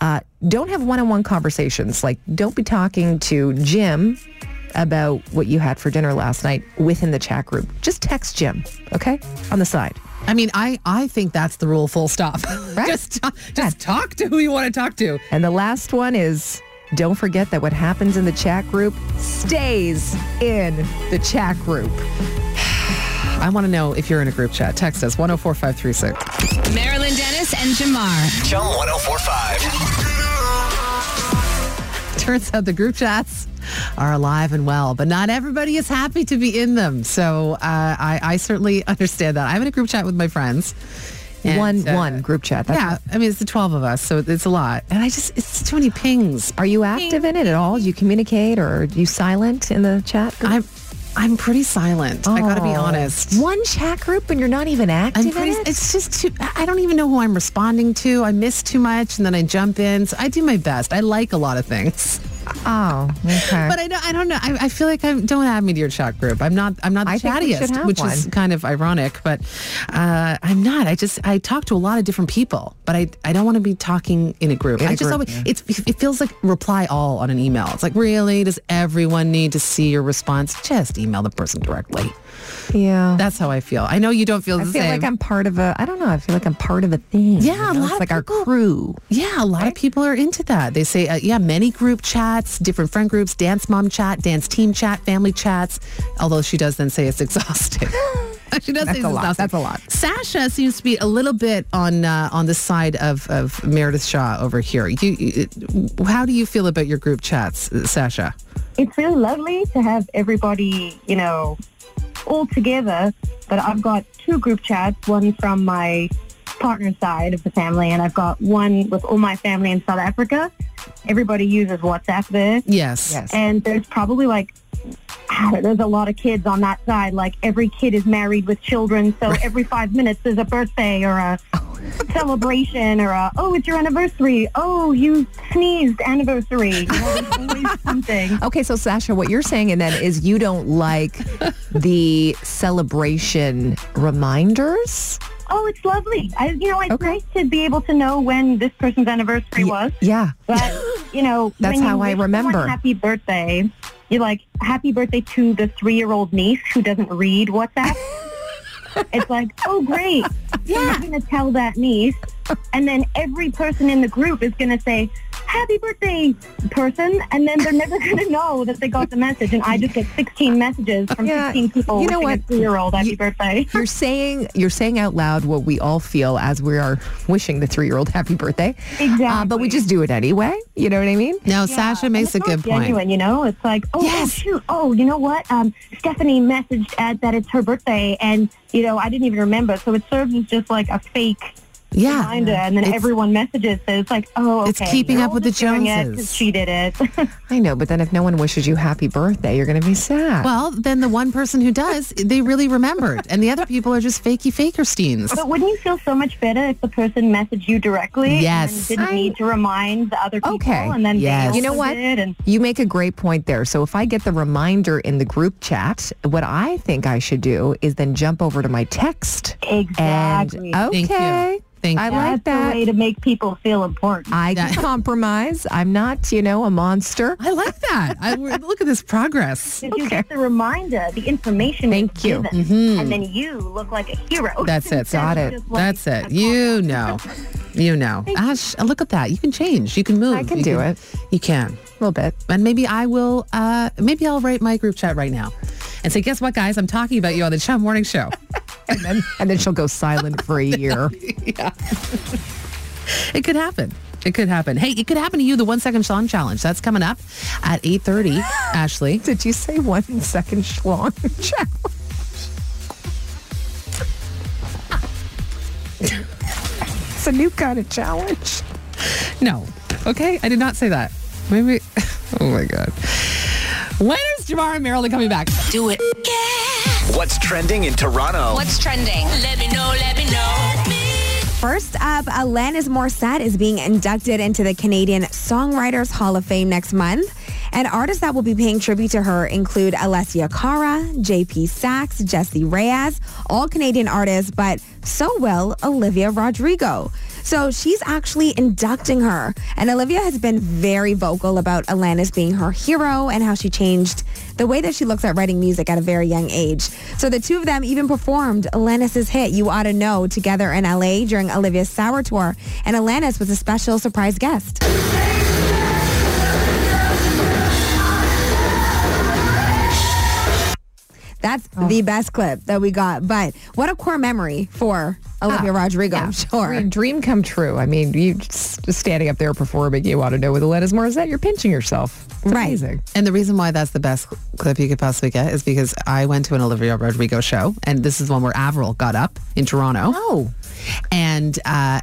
Uh, don't have one-on-one conversations. Like, don't be talking to Jim about what you had for dinner last night within the chat group. Just text Jim, okay, on the side. I mean, I, I think that's the rule full stop. just ta- just talk to who you want to talk to. And the last one is. Don't forget that what happens in the chat group stays in the chat group. I want to know if you're in a group chat. Text us 104536. Marilyn Dennis and Jamar. Chum 1045. Turns out the group chats are alive and well, but not everybody is happy to be in them. So uh, I, I certainly understand that. I'm in a group chat with my friends. and, one uh, one group chat. That's Yeah, I mean it's the twelve of us, so it's a lot, and I just it's too many pings. Are you active in it at all? Do you communicate or are you silent in the chat? group? I'm I'm pretty silent. I got to Oh. be honest. One chat group and you're not even active I'm pretty, in it? it's just too, I I don't even know who I'm responding to. I miss too much and then I jump in. So I do my best. I like a lot of things, oh, okay. but I don't, I don't know. I, I feel like I don't add me to your chat group. I'm not, I'm not the I think we chattiest, should have which is one. kind of ironic, but uh, I'm not. I just, I talk to a lot of different people, but I, I don't want to be talking in a group. I a just group, always, it's, it feels like reply all on an email. It's like, really? Does everyone need to see your response? Just email the person directly. yeah. That's how I feel. I know you don't feel I the feel same. like I'm part of a, I don't know, I feel like I'm part of a thing. Yeah, you a know? lot It's of like people- our crew. Yeah, a lot of people are into that. They say, uh, yeah, many group chats, different friend groups, dance mom chat, dance team chat, family chats. Although she does then say it's exhausting. she does say That's it's a lot. exhausting. That's a lot. Sasha seems to be a little bit on uh, on the side of, of Meredith Shaw over here. You, you, how do you feel about your group chats, uh, Sasha? It's really lovely to have everybody, you know, all together. But I've got two group chats, one from my partner side of the family, and I've got one with all my family in South Africa. Everybody uses WhatsApp there. Yes. Yes. And there's probably like, I don't know, there's a lot of kids on that side. Like every kid is married with children. So every five minutes there's a birthday or a Oh. celebration or a, oh, it's your anniversary. Oh, you sneezed anniversary. You know, there's always something. Okay, so Sasha, what you're saying and then is you don't like the celebration reminders? Oh, it's lovely. I, you know, it's Okay. nice to be able to know when this person's anniversary was. Yeah. But, you know, That's when you how I wish someone remember. Happy birthday. You're like, happy birthday to the three-year-old niece who doesn't read WhatsApp. it's like, oh, great. Yeah. I'm going to tell that niece. And then every person in the group is going to say, happy birthday, person. And then they're never going to know that they got the message. And I just get 16 messages from Yeah. 16 people You know wishing what? a three-year-old happy You- birthday. you're saying you're saying out loud what we all feel as we are wishing the three-year-old happy birthday. Uh, but we Exactly. just do it anyway. You know what I mean? No, Yeah, Sasha and makes a it's all good point. Genuine, you know, it's like, oh, oh, Yes. shoot, oh, you know what? Um, Stephanie messaged Ed that it's her birthday, and you know, I didn't even remember. So it serves as just like a fake Yeah. reminder, and then It's- everyone messages so it's like, oh, okay, It's keeping you're up with the just doing it 'cause Joneses. She did it. I know, but then if no one wishes you happy birthday, you're going to be sad. Well, then the one person who does, they really remembered. And the other people are just fakey fakersteins. but wouldn't you feel so much better if the person messaged you directly? Yes. and didn't I- need to remind the other people, Okay. and then they Yes. also You know what? did, and You make a great point there. So if I get the reminder in the group chat, what I think I should do is then jump over to my text. exactly. And okay. Thank you. Thank I you. like That's that. the way to make people feel important. I can compromise. I'm not, you know, a monster. I like that. I, look at this progress. If you get the reminder, the information Thank is you. given, and then you look like a hero. Mm-hmm. That's it. Instead of Got it. just like That's it. a You know. You know. Ash, look at that. You can change. You can move. I can You do it. You can. A little bit. And maybe I will, uh, maybe I'll write my group chat right now and say, guess what, guys? I'm talking about you on the Chum Morning Show. And then, and then she'll go silent for a year. It could happen. It could happen. Hey, it could happen to you, the One Second Sean Challenge. That's coming up at 8.30, Ashley. Did you say one second schlong? Check. it's a new kind of challenge. No. Okay? I did not say that. Maybe. Oh, my God. Winners, Jamar and Marilyn coming back. Do it. What's trending in Toronto? What's trending? Let me know, let me know. First up, Alanis Morissette is being inducted into the Canadian Songwriters Hall of Fame next month. And artists that will be paying tribute to her include Alessia Cara, JP Sachs, Jesse Reyes, all Canadian artists, but so will Olivia Rodrigo. So she's actually inducting her. And Olivia has been very vocal about Alanis being her hero and how she changed the way that she looks at writing music at a very young age. So the two of them even performed Alanis's hit You Oughta Know together in LA during Olivia's Sour Tour. And Alanis was a special surprise guest. That's the best clip that we got. But what a core memory for Olivia Rodrigo, I'm sure. I mean, dream come true. I mean, you just standing up there performing, you want to know with Alanis Morissette, you're pinching yourself. It's Right. amazing. And the reason why that's the best cl- clip you could possibly get is because I went to an Olivia Rodrigo show, and this is one where Avril got up in Toronto. Oh. And uh,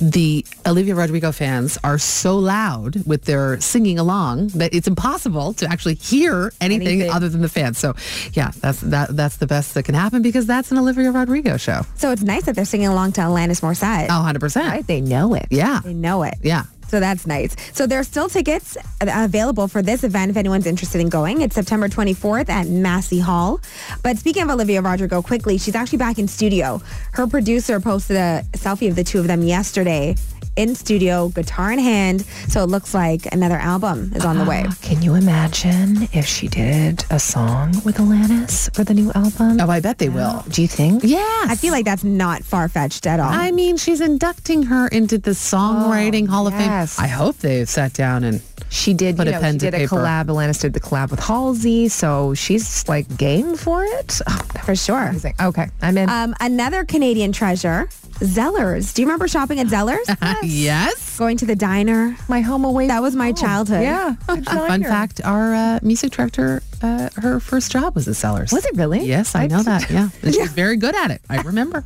the Olivia Rodrigo fans are so loud with their singing along that it's impossible to actually hear anything, Anything. other than the fans. So, yeah, that's that, that's the best that can happen because that's an Olivia Rodrigo show. So it's nice that they're singing along to Alanis Morissette. Oh, 100%. Right? They know it. Yeah. They know it. Yeah. So that's nice. So there are still tickets available for this event if anyone's interested in going. It's September 24th at Massey Hall. But speaking of Olivia Rodrigo, quickly, she's actually back in studio. Her producer posted a selfie of the two of them yesterday in studio, guitar in hand. So it looks like another album is on the Ah. way. Can you imagine if she did a song with Alanis for the new album? Oh, I bet they will. Do you think? Yes. I feel like that's not far fetched at all. I mean, she's inducting her into the Songwriting Hall of yes. Fame. I hope they've sat down and She did, Put you a know, pen she to did a paper. collab. Alanis did the collab with Halsey, so she's like game for it. Oh, that for sure. was amazing. Okay, I'm in. Um, another Canadian treasure, Zellers. Do you remember shopping at Zellers? yes. Going to the diner. my home away. That was my childhood. Oh, yeah. Fun fact: Our uh, music director, uh, her first job was at Sellers. Was it really? Yes, I know that. Yeah, and she's very good at it. I remember.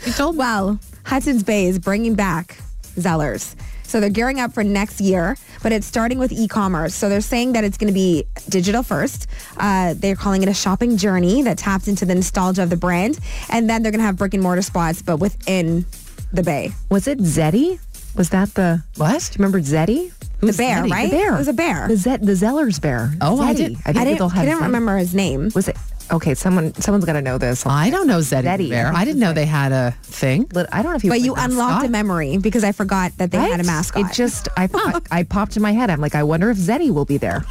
she told me. Well, Hudson's Bay is bringing back Zellers. So they're gearing up for next year, but it's starting with e-commerce. So they're saying that it's going to be digital first. Uh, they're calling it a shopping journey that taps into the nostalgia of the brand, and then they're going to have brick and mortar spots, but within the Bay. Was it Zeddy? Was that the What? Do you remember Zeddy? The bear, Zeddy? right? The bear. It was a bear. The, Zed, the Zeller's bear. Oh, I Zeddy. did- I think I didn't, people had I didn't Zeddy. remember his name. Was it? Okay, someone someone's gonna know this. I don't know Zeddy, Zeddy, the Bear. I didn't know they had a thing. But I don't know if you. But you like unlocked a mascot, memory because I forgot that they right? had a mascot. It just I thought I popped in my head. I'm like, I wonder if Zeddy will be there.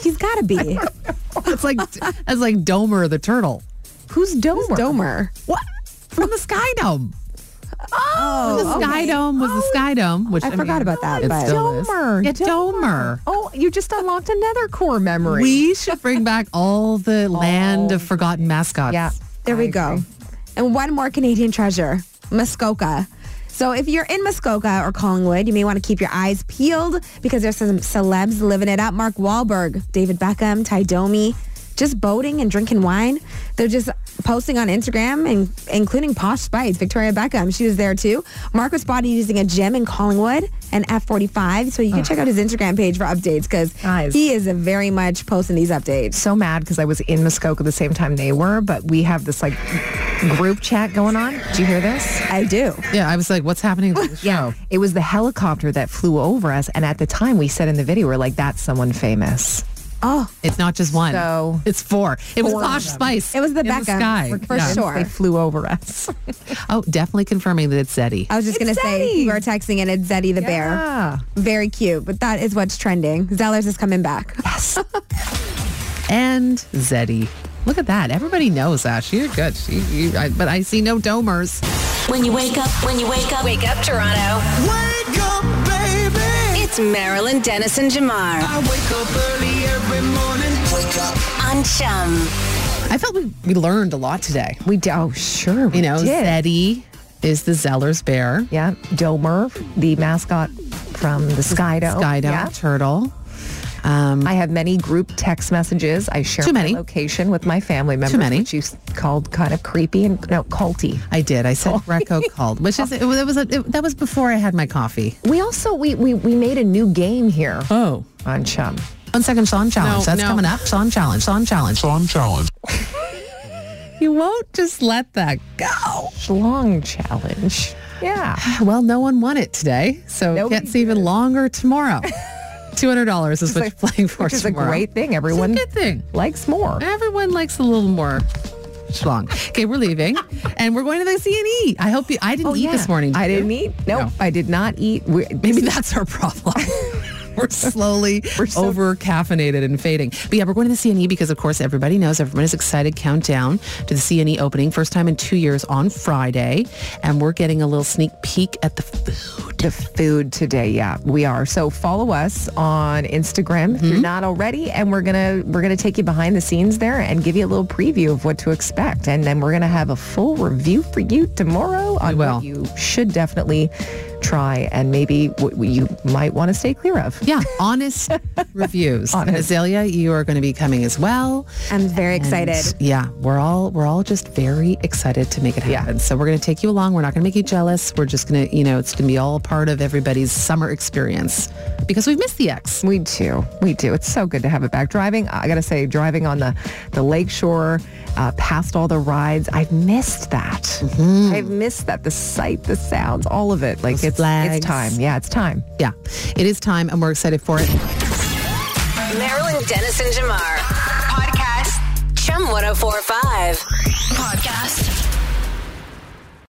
He's got to be. It's like it's like Domer the turtle Who's Domer? Domer. What? from the Sky Dome. Oh, The Sky Dome was the Sky Dome, which I forgot about that, It's but- still is. Domer. Yeah, Domer. Oh, you just unlocked another core memory. We should bring back all the land of forgotten mascots. yeah. There I we agree. go. And one more Canadian treasure, Muskoka. So if you're in Muskoka or Collingwood, you may want to keep your eyes peeled because there's some celebs living it up. Mark Wahlberg, David Beckham, Ty Domi, just boating and drinking wine. They're just posting on Instagram and including posh spites. Victoria Beckham, she was there too. Mark was spotted using a gym in Collingwood and F45. So you can check out his Instagram page for updates because Guys. he is very much posting these updates. so mad because I was in Muskoka the same time they were, but we have this like group chat going on. Do you hear this? I do. Yeah, I was like, what's happening? to the show? It was the helicopter that flew over us, and at the time we said in the video, we're like, "That's someone famous." Oh, It's not just one. So- it's four. It was Posh Spice. It was the in Beckham, sky. for sure. They flew over us. Oh, definitely confirming that it's Zeddy. Ah. I was just It's going to say, Zeddy. you are texting and it's Zeddy the Yeah. bear. Very cute, but that is what's trending. Zellers is coming back. and Zeddy. Look at that. Everybody knows Ash. You're good. You, you, I, but I see no domers. When you wake up, when you wake up, wake up, Toronto. Wake up, baby. It's Marilyn Dennis and Jamar I wake up early every morning. Wake up. on Chum. I felt we, we learned a lot today. We do. Oh, sure. We You know, did. Zeddy is the Zeller's bear. Yeah, Domer, the mascot from the Sky Dome. Skydo, Oh, Yeah. turtle. Um, I have many group text messages. I share Too my many. location with my family members, many. which you s- called kind of creepy and no culty. I did. I Oh. said Greco called, which is it, was- it was a, it, that was before I had my coffee. We also we we, we made a new game here Oh. on Chum. One second, Sean Challenge. No, That's no. coming up. Sean Challenge. Sean Challenge. Song challenge. You won't just let that go. Schlong challenge. Yeah. Well, no one won it today, so Nobody can't see even longer tomorrow. Two hundred dollars is what like- you're playing for Which is a tomorrow. great thing. It's a Everyone good thing. likes more. Everyone likes a little more schlong. Okay, we're leaving, and we're going to the C and E. I hope you. I didn't eat this morning. Oh, I did didn't you? eat. Nope. No. I did not eat. We, Maybe that's our problem. We're slowly over caffeinated and fading. But yeah, we're going to the CNE because, of course, everybody knows. Everyone is excited. Countdown to the CNE opening, first time in two years on Friday, and we're getting a little sneak peek at the food. the food today. Yeah, we are. So follow us on Instagram if Mm-hmm. you're not already, and we're gonna we're gonna take you behind the scenes there and give you a little preview of what to expect, and then we're gonna have a full review for you tomorrow on will. what you should definitely try and maybe what you might want to stay clear of. Yeah, honest reviews. And Honest. Azalea, you are going to be coming as well. I'm very excited. And, yeah, we're all we're all just very excited to make it happen. So we're going to take you along. We're not going to make you jealous. We're just going to, you know, it's going to be all part of everybody's summer experience because we've missed the X. We do. We do. It's so good to have it back. Driving, I got to say, driving on the, the lake shore, uh, past all the rides, I've missed that. I've missed that. The sight, the sounds, all of it. Like Mm-hmm. Those it's, flags. it's time. Yeah, it's time. Yeah, it is time, and we're excited for it. Marilyn Dennis oh and Jamar. Podcast. Chum 1045. Podcast.